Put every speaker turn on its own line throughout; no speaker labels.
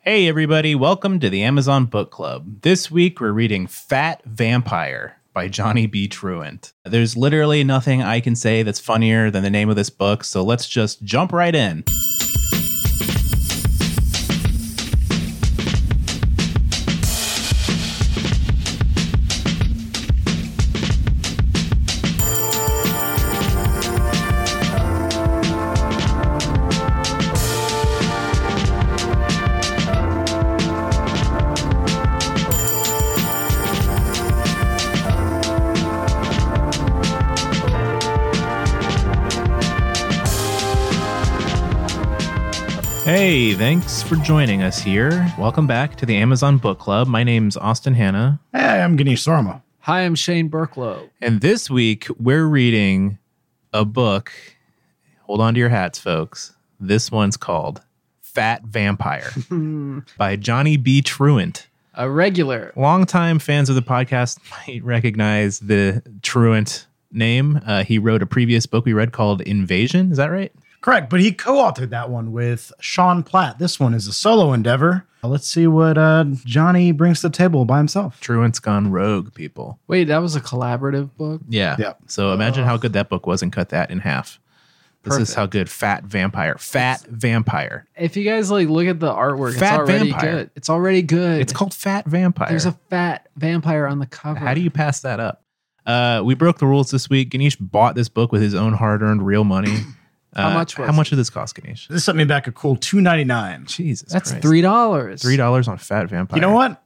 Hey, everybody, welcome to the Amazon Book Club. This week we're reading Fat Vampire by Johnny B. Truant. There's literally nothing I can say that's funnier than the name of this book, so let's just jump right in. Hey, thanks for joining us here. Welcome back to the Amazon Book Club. My name's Austin Hanna,
Hey, I'm Ganesh Sarma.
Hi, I'm Shane Burklow.
and this week we're reading a book. Hold on to your hats, folks. This one's called Fat Vampire by Johnny B. Truant.
A regular.
Longtime fans of the podcast might recognize the Truant name. Uh, he wrote a previous book we read called Invasion. Is that right?
Correct, but he co-authored that one with Sean Platt. This one is a solo endeavor. Let's see what uh, Johnny brings to the table by himself.
Truant's gone rogue, people.
Wait, that was a collaborative book?
Yeah.
Yep.
So imagine how good that book was and cut that in half. This is
Perfect.
how good Fat Vampire, Fat Vampire.
If you guys like look at the artwork, it's
Fat
already
vampire.
good. It's already good.
It's called Fat Vampire.
There's a fat vampire on the cover.
How do you pass that up? Uh, we broke the rules this week. Ganesh bought this book with his own hard earned real money. Uh,
How much
How
was
much did this cost, Ganesh?
This set me back a cool two ninety nine.
Jesus.
That's
Christ.
three dollars.
Three dollars on Fat Vampire.
You know what?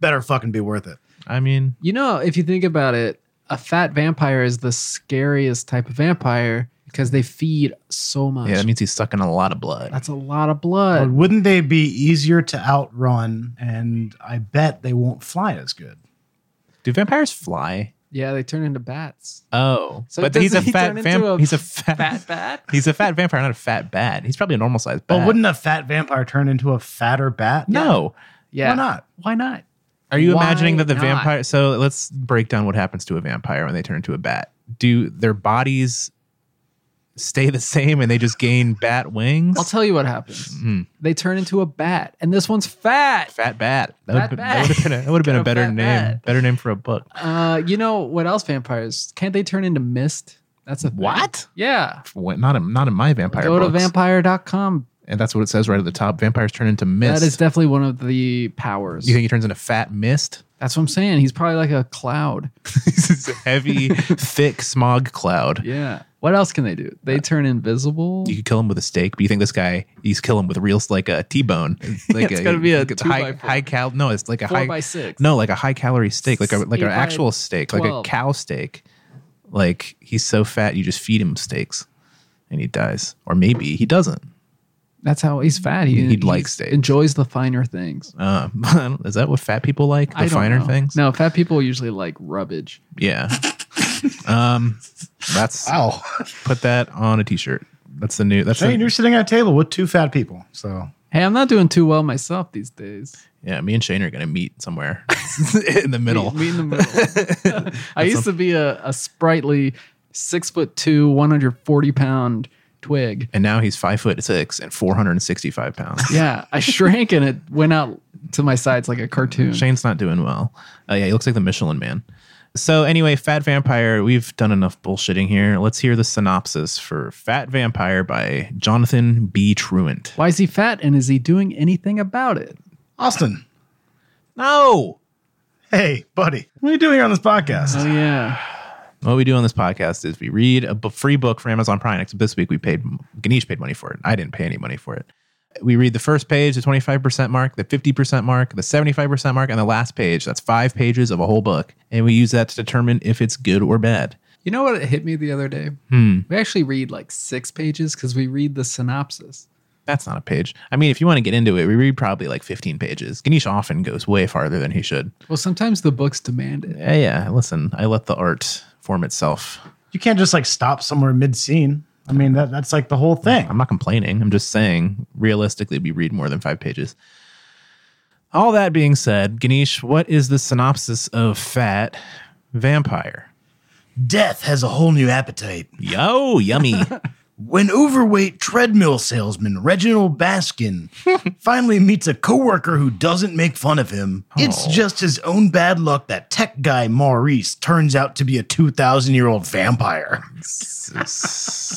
Better fucking be worth it.
I mean,
You know, if you think about it, a fat vampire is the scariest type of vampire because they feed so much.
yeah, that means he's sucking a lot of blood.
That's a lot of
But
blood.
wouldn't they be easier to outrun? And I bet they won't fly as good.
Do vampires fly?
Yeah, they turn into bats.
Oh,
So
but
does
he's a
he
fat
turn into
vampire.
a
He's a fat,
Fat bat?
He's a fat vampire, not a fat bat. He's probably a normal sized bat.
But wouldn't a fat vampire turn into a fatter bat?
no?
Yeah.
Why not?
Why not?
Are you
Why
imagining that the
not?
vampire? So let's break down what happens to a vampire when they turn into a bat. Do their bodies stay the same and they just gain bat wings?
I'll tell you what happens.
Mm.
They turn into a bat, and this one's fat.
fat bat. That
Fat
would
bat.
have been a, that would've been
Got
a
a
better
fat
name.
bat.
Better name for a book.
Uh, you know what else? Vampires can't they turn into mist? That's a thing.
What?
Yeah.
What? Not in, not in my vampire
Go
books.
to vampire.com.
and that's what it says right at the top. Vampires turn into mist.
That is definitely one of the powers.
you think he turns into fat mist?
That's what I'm saying. He's probably like a cloud.
this is a heavy, thick smog cloud.
Yeah. What else can they do? They turn invisible.
Uh, You could kill him with a stake, but you think this guy, he's kill him with real, like a T-bone. Like
It's gotta be a two
high,
by four.
high cal. No, it's like a
Four
high,
by six.
no, like a high calorie steak, like a, like
Eight
an
by
actual steak, like a
12.
cow steak. Like he's so fat, you just feed him steaks and he dies. Or maybe he doesn't.
That's how he's fat. He,
He'd
he
like steak.
Enjoys the finer things.
Um, is that what fat people like? The
I don't
finer
know.
things?
No, fat people usually like rubbage.
Yeah. um, that's,
Wow.
put that on a t-shirt. That's the new, that's the,
Shane, you're sitting at a table with two fat people. So
Hey, I'm not doing too well myself these days.
yeah, me and Shane are going to meet somewhere in the middle.
Me, me in the middle. I used to be a, a sprightly six foot two, 140 pound twig.
and now he's five foot six and 465 pounds.
Yeah, I shrank and it went out to my sides like a cartoon.
Shane's not doing well. Uh, yeah, he looks like the Michelin man. So, anyway, Fat Vampire, we've done enough bullshitting here. Let's hear the synopsis for Fat Vampire by Jonathan B. Truant.
Why is he fat and is he doing anything about it?
Austin,
No!
hey buddy, what are you doing here on this podcast?
Oh, yeah.
What we do on this podcast is we read a bu- free book for Amazon Prime. Except this week we paid, Ganesh paid money for it. I didn't pay any money for it. We read the first page, the 25% mark, the 50% mark, the 75% mark, and the last page. That's five pages of a whole book. And we use that to determine if it's good or bad.
You know what hit me the other day? We actually read like six pages because we read the synopsis.
That's not a page. I mean, if you want to get into it, we read probably like 15 pages. Ganesh often goes way farther than he should.
Well, sometimes the books demand it.
Yeah, yeah. Listen, I let the art form itself.
You can't just like stop somewhere mid scene. I mean, that that's like the whole thing.
I'm not complaining. I'm just saying, realistically, we read more than five pages. All that being said, Ganesh, what is the synopsis of Fat Vampire?
Death has a whole new appetite.
Yo, yummy.
When overweight treadmill salesman Reginald Baskin finally meets a coworker who doesn't make fun of him, it's
Oh.
just his own bad luck that tech guy Maurice turns out to be a 2,000 year old vampire.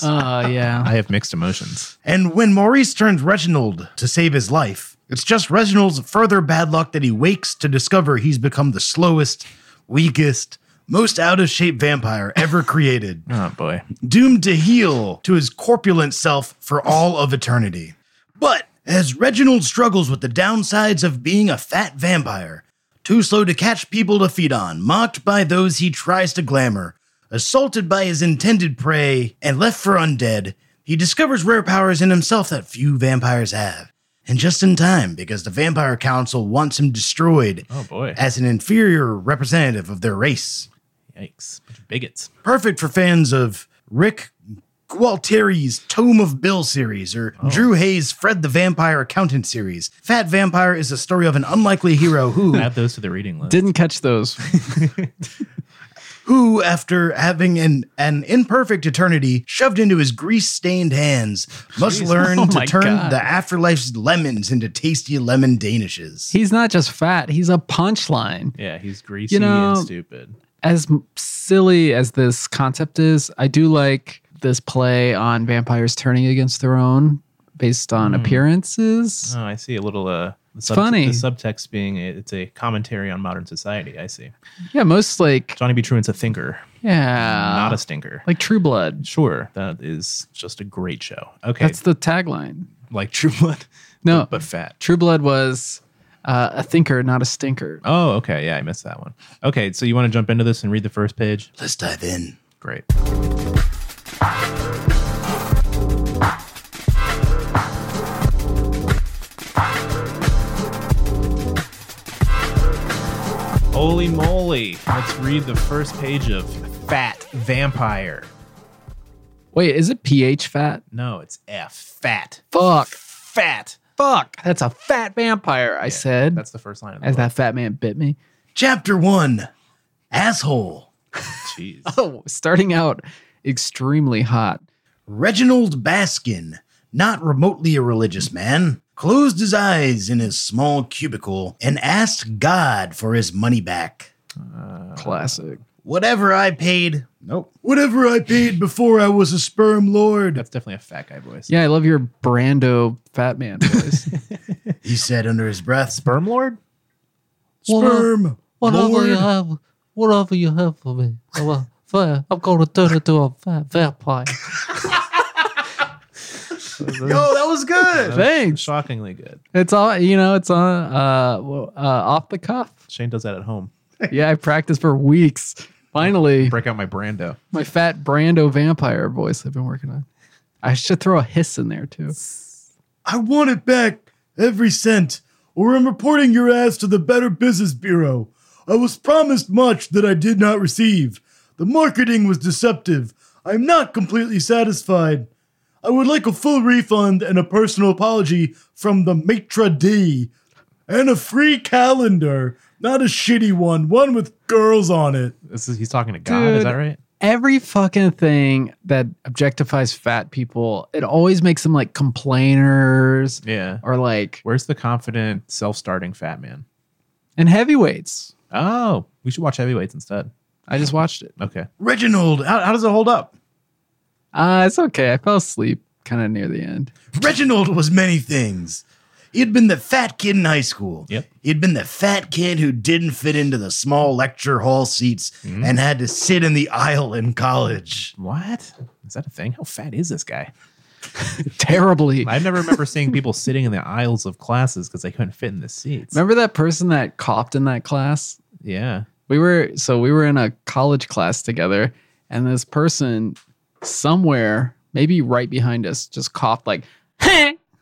Uh, yeah.
I have mixed emotions.
And when Maurice turns Reginald to save his life, it's just Reginald's further bad luck that he wakes to discover he's become the slowest, weakest, most out of shape vampire ever created,
Oh boy.
doomed to heal to his corpulent self for all of eternity. But as Reginald struggles with the downsides of being a fat vampire, too slow to catch people to feed on, mocked by those he tries to glamour, assaulted by his intended prey, and left for undead, he discovers rare powers in himself that few vampires have. And just in time, because the Vampire Council wants him destroyed
Oh boy.
as an inferior representative of their race
Yikes. Bunch of bigots.
perfect for fans of Rick Gualtieri's Tome of Bill series or
Oh.
Drew Hayes' Fred the Vampire Accountant series. Fat Vampire is a story of an unlikely hero who,
Add those to the reading list.
Didn't catch those.
who after having an, an imperfect eternity shoved into his grease stained hands, must
Jeez.
learn
Oh
to
my
turn
God.
the afterlife's lemons into tasty lemon danishes.
He's not just fat, he's a punchline.
yeah, he's greasy
You know-
and stupid.
As m- silly as this concept is, I do like this play on vampires turning against their own based on appearances.
Oh, I see a little uh the
funny.
The subtext being a, it's a commentary on modern society. I see.
Yeah, most like,
Johnny B. Truant's a thinker,
yeah.
not a stinker.
like True Blood.
sure, that is just a great show. Okay,
That's the tagline.
like True Blood,
No,
but fat.
True Blood was uh, a thinker, not a stinker.
Oh, okay. Yeah, I missed that one. Okay, so you want to jump into this and read the first page?
Let's dive in.
Great. Holy moly. Let's read the first page of Fat Vampire.
Wait, is it pH fat?
No, it's F. Fat.
Fuck.
Fat.
Fuck. That's a fat vampire, I said.
That's the first line of the
as
book.
that fat man bit me.
Chapter one Asshole.
Jeez.
Oh, starting out extremely hot.
Reginald Baskin, not remotely a religious man, closed his eyes in his small cubicle and asked God for his money back.
Classic.
Whatever I paid. Nope. Whatever I paid before I was a sperm lord,
That's definitely a fat guy voice.
Yeah, I love your Brando fat man voice.
he said under his breath.
Sperm Lord?
What up?
Sperm
Whatever you
lord.
have, whatever you have for me, I'm, a va- I'm gonna turn into a va- vampire.
Yo, that was good.
Thanks.
Shockingly good.
It's all you know. It's on uh, well, uh off the cuff.
Shane does that at home.
Yeah, I practiced for weeks. Finally,
Break out my Brando.
my fat Brando vampire voice I've been working on. I should throw a hiss in there too.
I want it back, every cent, or I'm reporting your ass to the Better Business Bureau. I was promised much that I did not receive. The marketing was deceptive. I'm not completely satisfied. I would like a full refund and a personal apology from the maitre d', and a free calendar, not a shitty one, one with girls on it.
This is, he's talking to God. Is
Dude.
that right?
every fucking thing that objectifies fat people, it always makes them like complainers
Yeah.
or like
Where's the confident, self-starting fat man?
and heavyweights.
Oh, we should watch heavyweights instead.
I just watched it.
Okay.
Reginald, how, how does it hold up?
Uh it's okay. I fell asleep kind of near the end.
Reginald was many things. He had been the fat kid in high school.
Yep.
He had been the fat kid who didn't fit into the small lecture hall seats and had to sit in the aisle in college.
What is that a thing? How fat is this guy?
Terribly.
I never remember seeing people sitting in the aisles of classes because they couldn't fit in the seats.
Remember that person that coughed in that class?
Yeah.
We were so we were in a college class together, and this person somewhere, maybe right behind us, just coughed like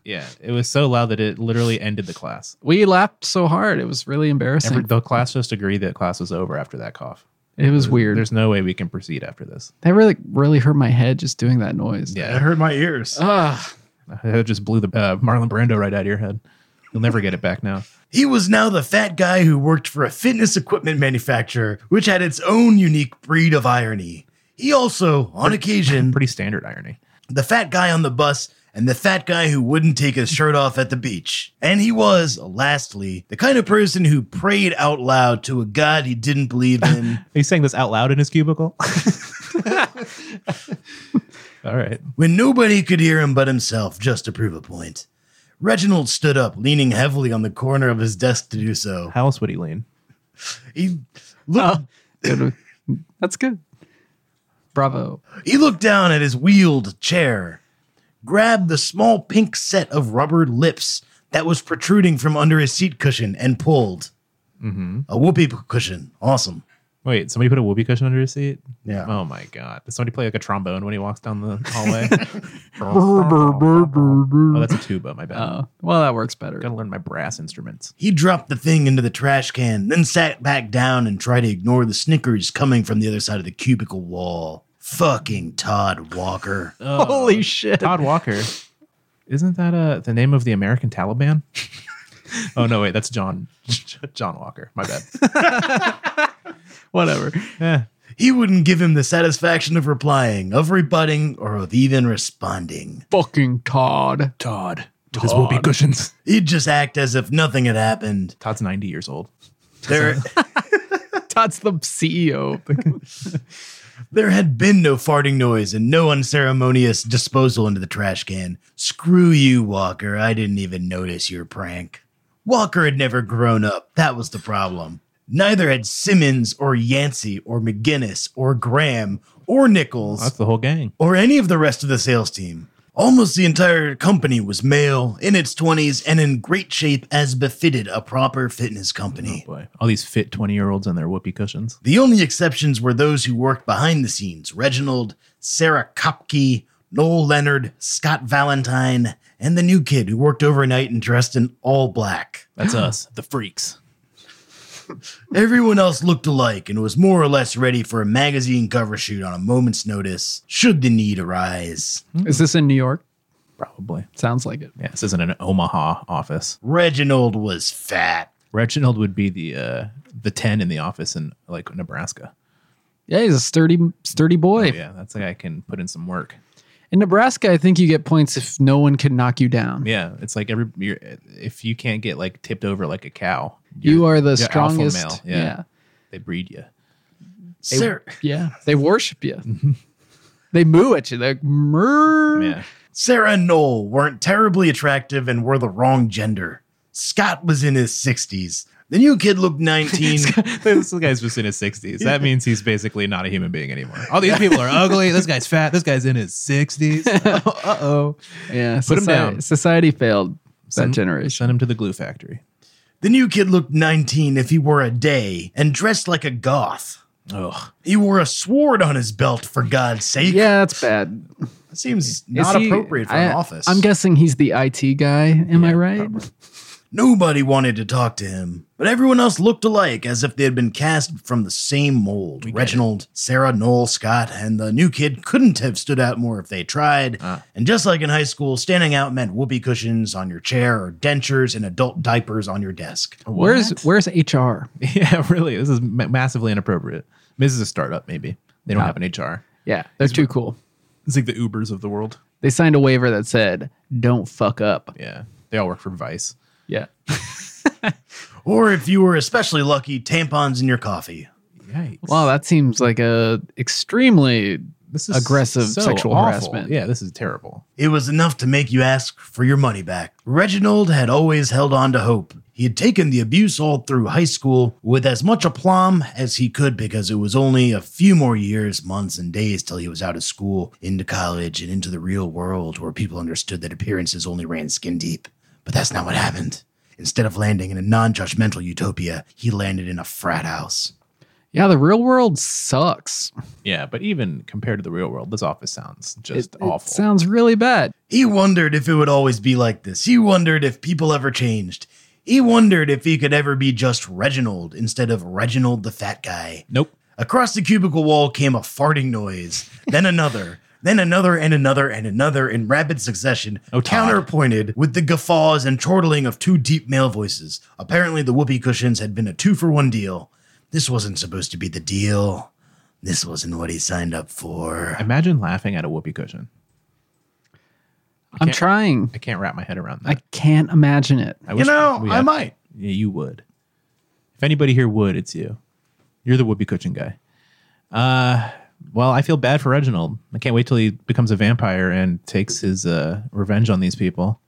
Yeah. It was so loud that it literally ended the class.
we laughed so hard. It was really embarrassing.
Every, the class just agreed that class was over after that cough.
it was weird.
There's no way we can proceed after this.
That really really hurt my head just doing that noise.
Yeah.
hurt my ears.
Ah.
Ugh.
It just blew the uh, Marlon Brando right out of your head. You'll never get it back now.
He was now the fat guy who worked for a fitness equipment manufacturer, which had its own unique breed of irony. He also, on occasion,
Pretty standard irony.
the fat guy on the bus, and the fat guy who wouldn't take his shirt off at the beach. And he was, lastly, the kind of person who prayed out loud to a god he didn't believe in.
He's saying this out loud in his cubicle. All right.
When nobody could hear him but himself, just to prove a point. Reginald stood up, leaning heavily on the corner of his desk to do so.
How else would he lean?
He looked,
Good. That's good. Bravo.
he looked down at his wheeled chair, grabbed the small pink set of rubber lips that was protruding from under his seat cushion, and pulled. A whoopee cushion. Awesome.
Mm-hmm. Wait, somebody put a whoopee cushion under his seat?
Yeah.
Oh my god. Does somebody play like a trombone when he walks down the hallway? oh, that's a tuba, my bad.
Oh, well, that works better.
Gotta learn my brass instruments.
He dropped the thing into the trash can, then sat back down and tried to ignore the snickers coming from the other side of the cubicle wall. Fucking Todd Walker.
Oh. Holy shit.
Todd Walker. Isn't that uh, the name of the American Taliban? oh no, wait, that's John John Walker. My bad. Eh.
Whatever.
Yeah.
He wouldn't give him the satisfaction of replying, of rebutting, or of even responding.
Fucking Todd.
Todd. With his whoopee cushions.
He'd just act as if nothing had happened.
Todd's 90 years old.
There,
Todd's the E CEO.
Mm-hmm.
there had been no farting noise and no unceremonious disposal into the trash can. Screw you, Walker. I didn't even notice your prank. Walker had never grown up. That was the problem. Neither had Simmons or Yancey or McGinnis or Graham or Nichols.
That's the whole gang.
or any of the rest of the sales team. Almost the entire company was male, in its 20s, and in great shape as befitted a proper fitness company.
Boy. All these fit 20 year olds and their whoopee cushions.
The only exceptions were those who worked behind the scenes Reginald, Sarah Kopke, Noel Leonard, Scott Valentine, and the new kid who worked overnight and dressed in all black.
That's us, the freaks.
Everyone else looked alike and was more or less ready for a magazine cover shoot on a moment's notice, should the need arise.
Is this in New York?
Probably.
Sounds like it.
Yeah, this isn't an Omaha office.
Reginald was fat.
Reginald would be the uh, the ten in the office in like Nebraska.
Yeah, he's a sturdy, sturdy boy.
Oh, Yeah, that's the guy can put in some work.
In Nebraska, I think you get points if no one can knock you down.
Yeah, it's like every you're, if you can't get like tipped over like a cow,
You are the
you're alpha male,
strongest.
yeah. they breed you.
Sarah.
yeah. Yeah. They worship you. they moo at you. They're like, "Mer."
Mm-hmm. Yeah,
Sarah and Noel weren't terribly attractive and were the wrong gender. Scott was in his 60s. The new kid looked 19.
this guy's just in his sixties. That means he's basically not a human being anymore. All these people are ugly. This guy's fat. This guy's in his sixties. Uh oh.
Yeah.
Put 'em
society,
down.
Society failed that
Send-
generation.
Send him to the glue factory.
the new kid looked 19 if he were a day and dressed like a goth.
Ugh.
He wore a sword on his belt, for God's sake.
Yeah, that's bad.
That seems
Is
not
he-
appropriate for an
I-
office.
I'm guessing he's the IT guy. Am I right?
Nobody wanted to talk to him, but everyone else looked alike as if they had been cast from the same mold. Reginald, Sarah, Noel, Scott, and the new kid couldn't have stood out more if they tried.
Ah.
And just like in high school, standing out meant whoopee cushions on your chair or dentures and adult diapers on your desk.
Where's Where's HR?
Yeah, really. This is ma- massively inappropriate. This is a startup. Maybe they don't have an HR.
Yeah, they're too cool.
Ah. It's like the Ubers of the world.
They signed a waiver that said, "Don't fuck up."
Yeah, they all work for Vice.
Yeah.
Or if you were especially lucky, tampons in your coffee.
Yikes.
Wow, that seems like a extremely
this
aggressive sexual harassment.
Yeah, this is terrible.
It was enough to make you ask for your money back. Reginald had always held on to hope. He had taken the abuse all through high school with as much aplomb as he could because it was only a few more years, months, and days till he was out of school, into college, and into the real world where people understood that appearances only ran skin deep. But that's not what happened. Instead of landing in a non judgmental utopia, he landed in a frat house.
yeah. The real world sucks.
Yeah, but even compared to the real world, this office sounds just
It, it
awful.
sounds really bad.
He wondered if it would always be like this. He wondered if people ever changed. He wondered if he could ever be just Reginald instead of Reginald the fat guy.
nope.
Across the cubicle wall came a farting noise, then another, then another and another and another in rapid succession,
Oh, Todd.
counterpointed with the guffaws and chortling of two deep male voices. Apparently, the whoopee cushions had been a two for one deal. This wasn't supposed to be the deal. This wasn't what he signed up for.
Imagine laughing at a whoopee cushion.
I'm
can't-
trying.
I can't wrap my head around
I
that.
can't imagine it.
I,
You know,
we
I
had-
might.
Yeah, you would. If anybody here would, it's you. You're the whoopee cushion guy. Uh, well, I feel bad for Reginald. I can't wait till he becomes a vampire and takes his uh, revenge on these people.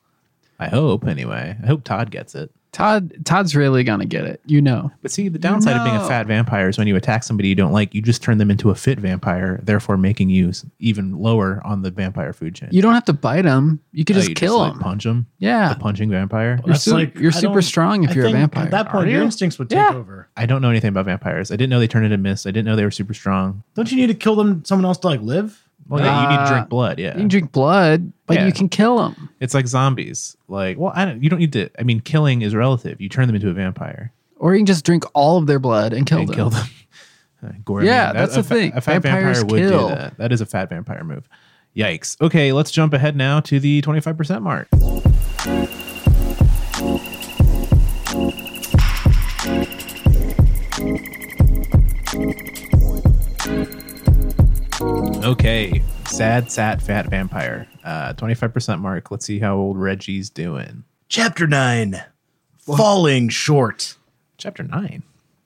I hope, anyway. I hope Todd gets it.
Todd Todd's really gonna get it. You know.
But see, the downside of being a
No.
fat vampire is when you attack somebody you don't like, you just turn them into a fit vampire, therefore making you s- even lower on the vampire food chain.
You don't have to bite him. You could
Oh,
just
you
kill
like,
him.
punch him.
yeah.
The punching vampire.
You're su- you're
I
super
don't-
strong if
I
you're a
think
vampire,
At that point,
aren't
your
you?
instincts would take
Yeah.
over.
I don't know anything about vampires. I didn't know they turned into mist. I didn't know they were super strong.
Don't you need to kill them? Someone else to like live?
Well, yeah, you need to
Uh,
drink blood.
You can
Yeah,
drink blood, but
Yeah.
you can kill him.
it's like zombies. Like, well, I don't. You don't need to. I mean, killing is relative. You turn them into a vampire
Or you can just drink all of their blood and kill
and
them.
kill them. Uh, Gore,
Yeah,
man.
that's
a
the
fa-
thing.
A fat
Vampires
vampire would
kill.
do that. That is a fat vampire move. Yikes. Okay, let's jump ahead now to the twenty-five percent mark. Okay, sad, sad, fat vampire. Uh, twenty-five percent mark. Let's see how old Reggie's doing.
Chapter 9 Falling Short.
Chapter nine.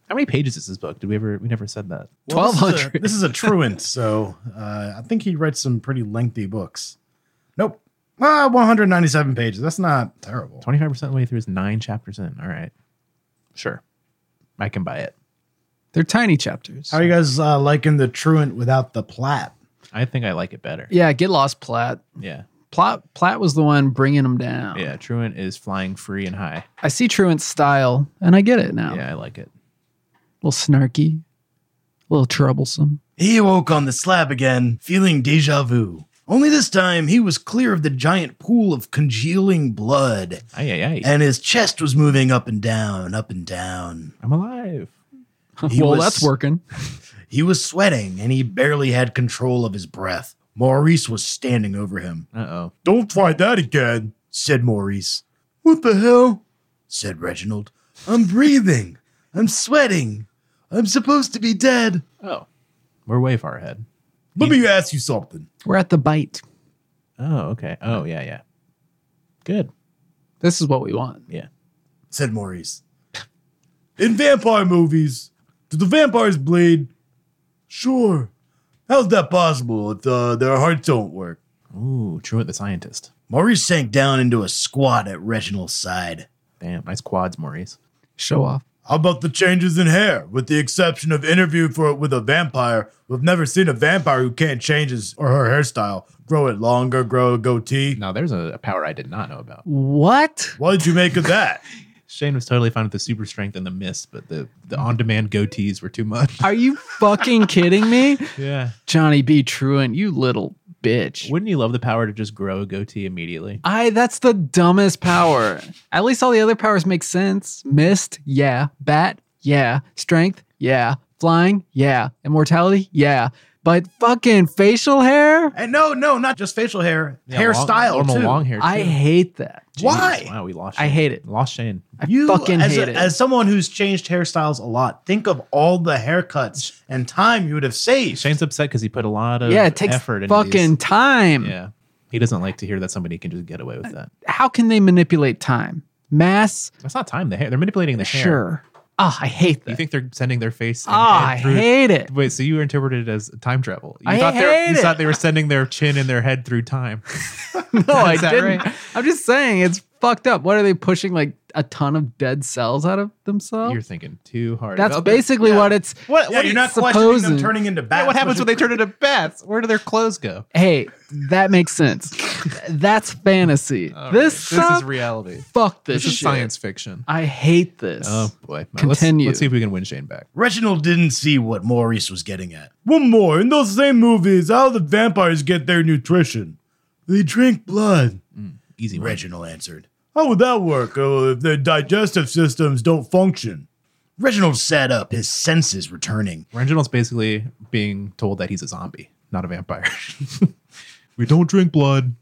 How many pages is this book? Did we ever? We never said that.
Well, this is a-
1200.
This is a truant, so uh, I think he writes some pretty lengthy books. Nope. Ah, 197 pages. That's not terrible.
Twenty-five percent way through is nine chapters in. All right, sure, I can buy it.
They're tiny chapters.
How are you guys uh, liking the truant without the plat?
I think I like it better.
yeah, get lost, Platt.
Yeah,
Platt Platt was the one bringing them down.
yeah. Truant is flying free and high.
I see Truant's style, and I get it now.
Yeah, I like it.
A little snarky, a little troublesome.
He awoke on the slab again, feeling deja vu. Only this time, he was clear of the giant pool of congealing blood,
Aye, aye, aye.
and his chest was moving up and down, up and down.
I'm alive.
He
well,
was-
that's working.
He was sweating, and he barely had control of his breath. Maurice was standing over him.
Uh oh.
Don't try that again, said Maurice. What the hell? said Reginald. I'm breathing. I'm sweating. I'm supposed to be dead.
Oh, we're way far ahead.
Let me ask you something.
We're at the bite.
Oh, okay. Oh, yeah, yeah. Good.
This is what we want.
Yeah.
said Maurice. In vampire movies, do the vampires bleed? Sure. How's that possible if uh, their hearts don't work?
Ooh, Truant the scientist.
Maurice sank down into a squat at Reginald's side.
Damn, nice quads, Maurice.
Show off.
How about the changes in hair? With the exception of interview for with a vampire, we've never seen a vampire who can't change his or her hairstyle. Grow it longer, grow a goatee.
Now there's a, a power I did not know about.
What?
What did you make of that?
Shane was totally fine with the super strength and the mist, but the the on demand goatees were too much.
Are you fucking kidding me?
yeah.
Johnny B. Truant, you little bitch.
Wouldn't you love the power to just grow a goatee immediately?
I that's the dumbest power. At least all the other powers make sense. Mist, yeah. Bat, yeah. Strength, yeah. Flying, yeah. Immortality, yeah. But fucking facial hair?
and no, no, not just facial hair, hairstyle
long, normal
too.
long hair.
I
too.
hate that.
Jeez,
Why?
Wow, we lost.
I
Shane.
hate it.
Lost Shane.
I
You,
fucking
as,
hate
a,
it.
as someone who's changed hairstyles a lot, think of all the haircuts and time you would have saved.
Shane's upset because he put a lot of
yeah, it takes
effort into
fucking
these.
time.
Yeah, he doesn't like to hear that somebody can just get away
Uh,
with that.
How can they manipulate time? Mass?
That's not time. The hair. They're manipulating the hair.
Sure. Ah, I hate
You
that.
think they're sending their face? in-
Ah, I
in through-
hate it.
Wait, so you interpreted it as time travel? You
I
thought they were,
hate
you
it.
thought they were sending their chin and their head through time.
No, I
Is that
didn't.
right?
I'm just saying it's fucked up. What are they pushing like a ton of dead cells out of themselves?
You're thinking too hard.
That's
about that.
basically what it's.
What?
Yeah,
what
you're
do
not
you-
questioning them
supposing-
turning into bats.
Yeah, what happens
which
when they turn into bats? Where do their clothes go?
Hey, that makes sense. That's fantasy.
All right,
this
this
stuff-
is reality.
Fuck this,
This is
shit.
science fiction.
I hate this.
Oh boy. Let's,
Continue.
let's see if we can win Shane back.
Reginald didn't see what Maurice was getting at.
One more. In those same movies, how the vampires get their nutrition? They drink blood.
Easy win.
Reginald answered.
How would that work uh, if their digestive systems don't function?
Reginald sat up, his senses returning.
Reginald's basically being told that he's a zombie, not a vampire. we don't drink blood.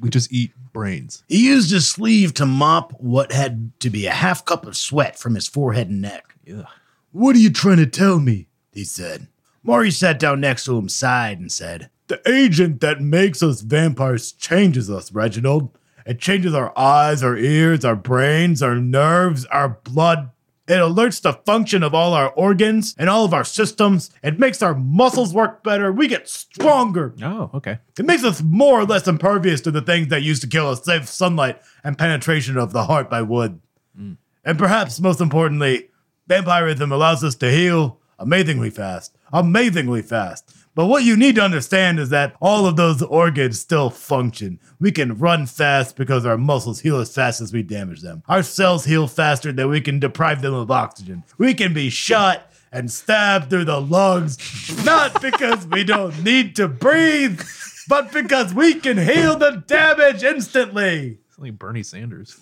We just eat brains.
He used his sleeve to mop what had to be a half cup of sweat from his forehead and neck.
Ugh.
What are you trying to tell me? He said. Maurice sat down next to him, sighed, and said, The agent that makes us vampires changes us, Reginald. It changes our eyes, our ears, our brains, our nerves, our blood. It alerts the function of all our organs and all of our systems. It makes our muscles work better. We get stronger.
Oh, okay.
It makes us more or less impervious to the things that used to kill us, save sunlight and penetration of the heart by wood. And perhaps most importantly, vampirism allows us to heal amazingly fast. Amazingly fast. But what you need to understand is that all of those organs still function. We can run fast because our muscles heal as fast as we damage them. Our cells heal faster than we can deprive them of oxygen. We can be shot and stabbed through the lungs, not because we don't need to breathe, but because we can heal the damage instantly.
It's like Bernie Sanders.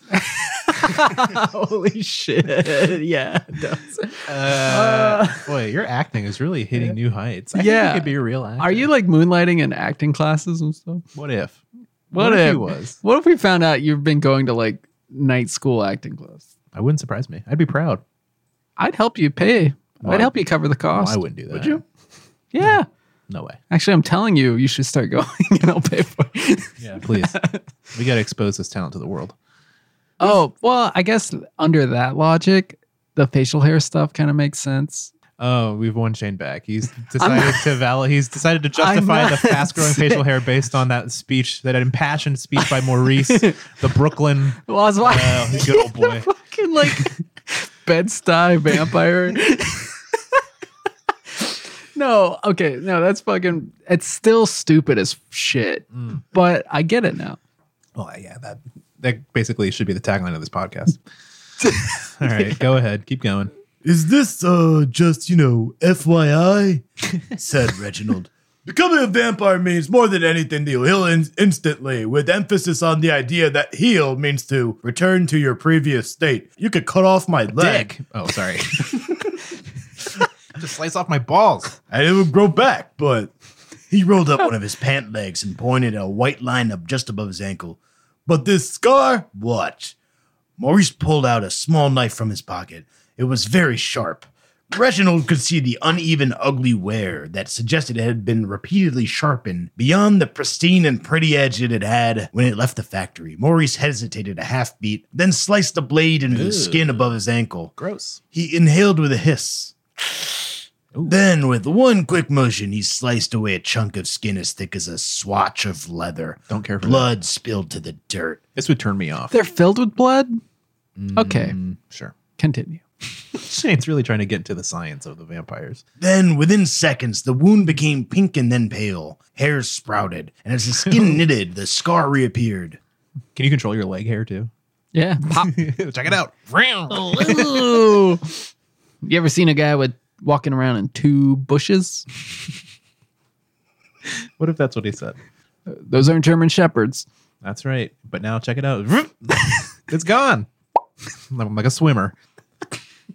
Holy shit. Yeah. it does.
Boy, your acting is really hitting new heights. I
Uh, Yeah.
think you could be a real actor.
Are you like moonlighting in acting classes and stuff?
What if?
What, if,
he was?
What if we found out you've been going to like night school acting class?
I wouldn't surprise me. I'd be proud.
I'd help you pay.
Why?
I'd help you cover the
No,
cost.
I wouldn't do that.
Would you? Yeah.
No way.
Actually, I'm telling you, you should start going and I'll pay for it.
Yeah. Please. we got to expose this talent to the world.
Oh, well, I guess under that logic, the facial hair stuff kind of makes sense.
Oh, we've won Shane back. He's decided to val- He's decided to justify
not
the fast-growing
saying-
facial hair based on that speech, that impassioned speech by Maurice, the Brooklyn.
Well, I was like,
Oh, good old boy.
fucking like bed-stuy vampire. no, okay, no, that's fucking. It's still stupid as shit, but I get it now.
Well, yeah, that that basically should be the tagline of this podcast. All right, go ahead, keep going.
Is this uh just, you know, FYI? said Reginald. Becoming a vampire means more than anything to heal in- instantly, with emphasis on the idea that heal means to return to your previous state. You could cut off my leg
Dick. Oh, sorry. Just slice off my balls.
and it would grow back, but
He rolled up one of
his
his
pant legs and pointed a white line up just above his ankle.
But this scar? What? Maurice pulled out a small knife from his pocket. It was very sharp. Reginald could see the uneven, ugly wear that suggested it had been repeatedly sharpened beyond the pristine and pretty edge it had had when it left the factory. Maurice hesitated a half beat, then sliced the blade into the skin above his ankle.
Gross.
He inhaled with a hiss. Then, with one quick motion, he sliced away a chunk of skin as thick as a swatch of leather.
Don't care for that.
blood spilled to the dirt.
This would turn me off. Mm,
They're filled with blood. Okay,
Sure.
continue.
Shane's really trying to get into the science of the vampires.
Then, within seconds, the wound became pink and then pale. Hairs sprouted, and as the skin knitted, the scar reappeared.
Can you control your leg hair too?
Yeah, pop.
Check it out.
Ooh. you ever seen a guy with walking around in two bushes?
What if that's what he said?
Those aren't German shepherds.
That's right. But now check it out. it's gone. I'm like a swimmer.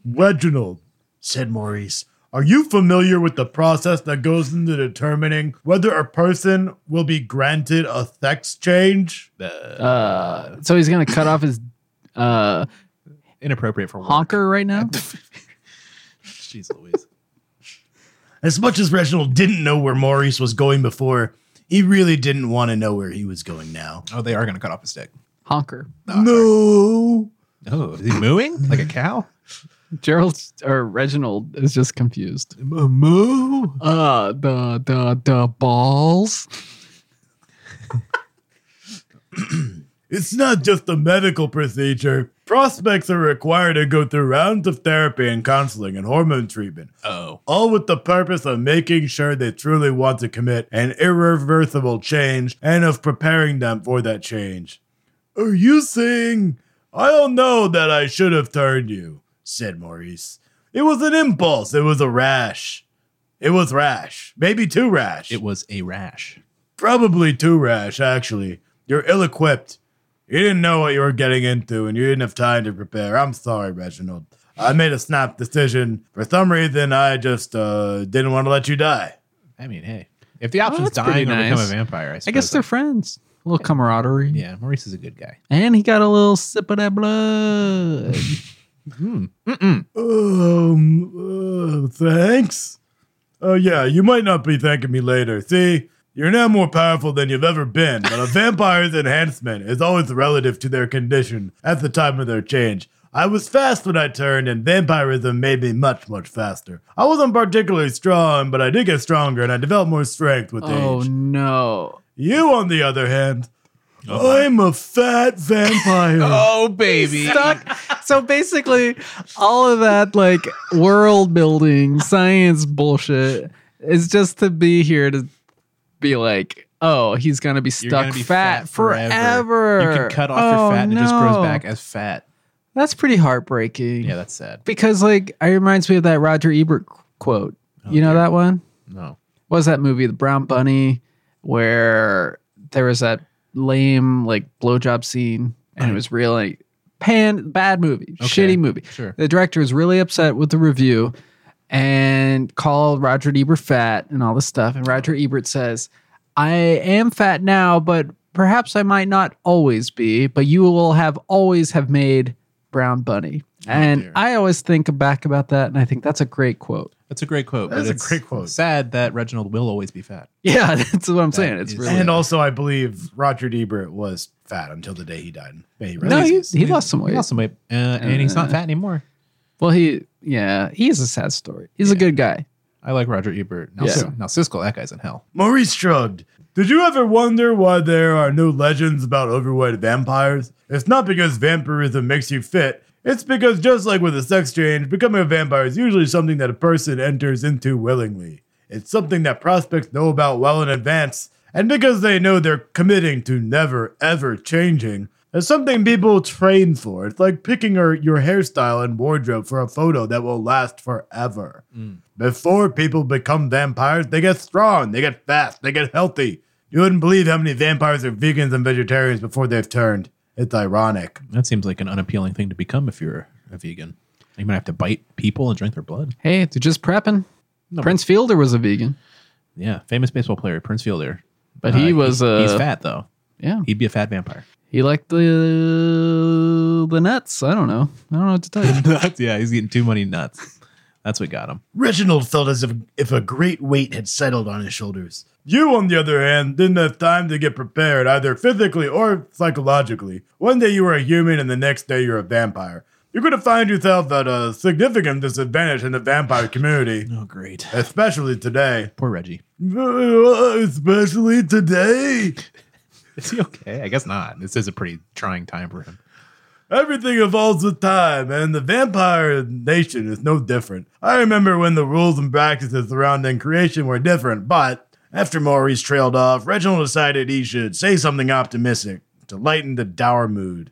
Reginald,
Said Maurice,
Are you familiar with the process that goes into determining whether a person will be granted a sex change?
Uh, so he's gonna cut off his uh,
Inappropriate for work.
honker right now.
Jeez Louise.
As much as Reginald didn't know where Maurice was going before, he really didn't want to know where he was going now.
Oh, they are going to cut off his dick. Ah,
honker.
No.
Oh, is he mooing like a cow?
Gerald or Reginald is just confused.
Moo.
Uh, the the the balls.
It's not just a medical procedure. Prospects are required to go through rounds of therapy and counseling and hormone treatment,
Oh,
all with the purpose of making sure they truly want to commit an irreversible change and of preparing them for that change. Are you saying, I don't know that I should have turned you?
Said Maurice.
It was an impulse. It was a rash. It was rash. Maybe too rash.
it was a rash.
Probably too rash, actually. You're ill equipped. You didn't know what you were getting into and you didn't have time to prepare. I'm sorry, Reginald. I made a snap decision. For some reason, I just uh, didn't want to let you die.
I mean, hey, if the option's
Oh, that's pretty
dying or become a
nice.
vampire, I,
I guess they're
suppose
friends. A little camaraderie.
that- yeah. Maurice is a good guy.
And he got a little sip of that blood.
Um, uh, thanks. Oh, yeah, you might not be thanking me later. See, You're now more powerful than you've ever been, but a vampire's enhancement is always relative to their condition at the time of their change. I was fast when I turned, and vampirism made me much, much faster. I wasn't particularly strong, but I did get stronger, and I developed more strength with
Oh
age.
no.
You, on the other hand, I'm a fat vampire.
Oh baby.
Stuck. So basically, all of that like world building science bullshit is just to be here to be like, oh, he's gonna be stuck
You're gonna be
fat, forever.
You can cut off
Oh,
your fat and it just
no.
grows back as fat.
That's pretty heartbreaking.
Yeah, that's sad.
because like it reminds me of that Roger Ebert quote.
Oh,
you know that one?
No.
What was that movie, The Brown Bunny, where there was that lame like blowjob scene and it was really pan bad movie, shitty movie.
sure.
The director was really upset with the review and called Roger Ebert fat and all this stuff. And Roger Ebert says, I am fat now, but perhaps I might not always be, but you will have always have made Brown Bunny.
Oh,
and I always think back about that and I think that's a great quote.
That's a great quote.
That's
but
a
it's
great quote.
Sad that Reginald will always be fat.
Yeah, that's what I'm saying. It's
is-
really
And also, I believe Roger Ebert was fat until the day he died. May he rest
No,
in
he,
peace.
he lost some
He
weight.
lost some weight, uh, and he's not fat anymore.
Well, he yeah, he's a sad story. He's a good guy.
I like Roger Ebert. Now,
Yeah.
Sis- now Siskel, that guy's in hell.
Maurice shrugged. Did you ever wonder why there are no legends about overweight vampires? It's not because vampirism makes you fit. It's because just like with a sex change, becoming a vampire is usually something that a person enters into willingly. It's something that prospects know about well in advance, and because they know they're committing to never ever changing, it's something people train for. It's like picking your, your hairstyle and wardrobe for a photo that will last forever. Before people become vampires, they get strong, they get fast, they get healthy. You wouldn't believe how many vampires are vegans and vegetarians before they've turned. It's ironic.
That seems like an unappealing thing to become if you're a vegan. You might have to bite people and drink their blood.
Hey, they're just prepping. Prince Fielder was a vegan,
Yeah, famous baseball player Prince Fielder.
but
Uh,
he was a
he's fat though.
yeah.
He'd be a fat vampire.
He liked the the nuts. I don't know. I don't know what to tell you.
yeah, he's eating too many nuts. That's what got him.
Reginald felt as if, if a great weight had settled on his shoulders.
You, on the other hand, didn't have time to get prepared either physically or psychologically. One day you were a human and the next day you're a vampire. You're going to find yourself at a significant disadvantage in the vampire community,
Oh, great.
especially today.
Poor Reggie.
Especially today.
Is he okay? I guess not. This is a pretty trying time for him.
Everything evolves with time, and the vampire nation is no different. I remember when the rules and practices surrounding creation were different, but
After Maurice trailed off, Reginald decided he should say something optimistic to lighten the dour mood.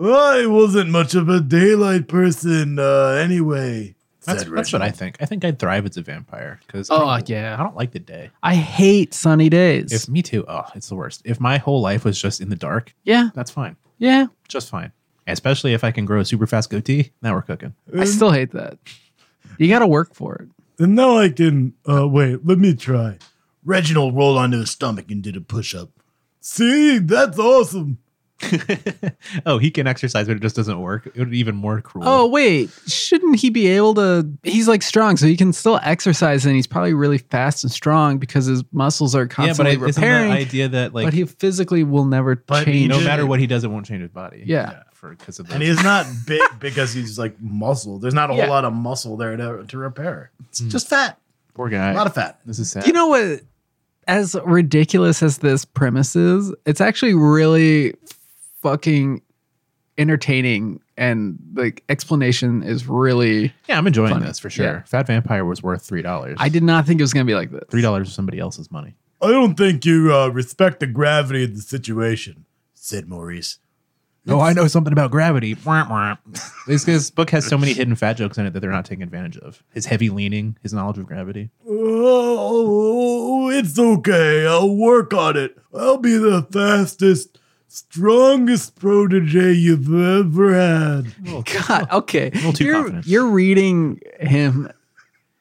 I wasn't much of a daylight person uh, anyway.
That's,
Said
that's what I think. I think I'd thrive as a vampire because
Oh, yeah.
I don't like the day.
I hate sunny days.
If me too. Oh, it's the worst. If my whole life was just in the dark,
yeah,
that's fine,
yeah.
just fine. Especially if I can grow a super fast goatee. Now we're cooking.
I still hate that. You got to work for it.
And now I can. Uh, wait, let me try.
Reginald rolled onto his stomach and did a push up.
See, that's awesome.
oh, he can exercise, but it just doesn't work. It would be even more cruel.
Oh wait, shouldn't he be able to? He's like strong, so he can still exercise, and he's probably really fast and strong because his muscles are
yeah, but I,
constantly
isn't
repairing.
the idea that like
but he physically will never
But
change.
he
no
just-
matter what he does, it won't change his body.
Yeah.
for because of the,
And he's not big because he's like muscle. There's not a
Yeah.
whole lot of muscle there to, to repair. It's just fat,
poor guy.
a lot of fat.
this is sad.
you know what? As ridiculous as this premise is, it's actually really fucking entertaining, and the explanation is really.
yeah, I'm enjoying
Funny.
this for sure.
Yeah.
Fat vampire was worth three dollars.
I did not think it was gonna be like this.
three dollars of somebody else's money.
I don't think you uh, respect the gravity of the situation, said Maurice.
Oh, I know something about gravity. Wah, wah. this, this book has so many hidden fat jokes in it that they're not taking advantage of. His heavy leaning, his knowledge of gravity.
Oh, it's okay. I'll work on it. I'll be the fastest, strongest protege you've ever had.
God, okay.
little too
you're,
confident.
you're reading him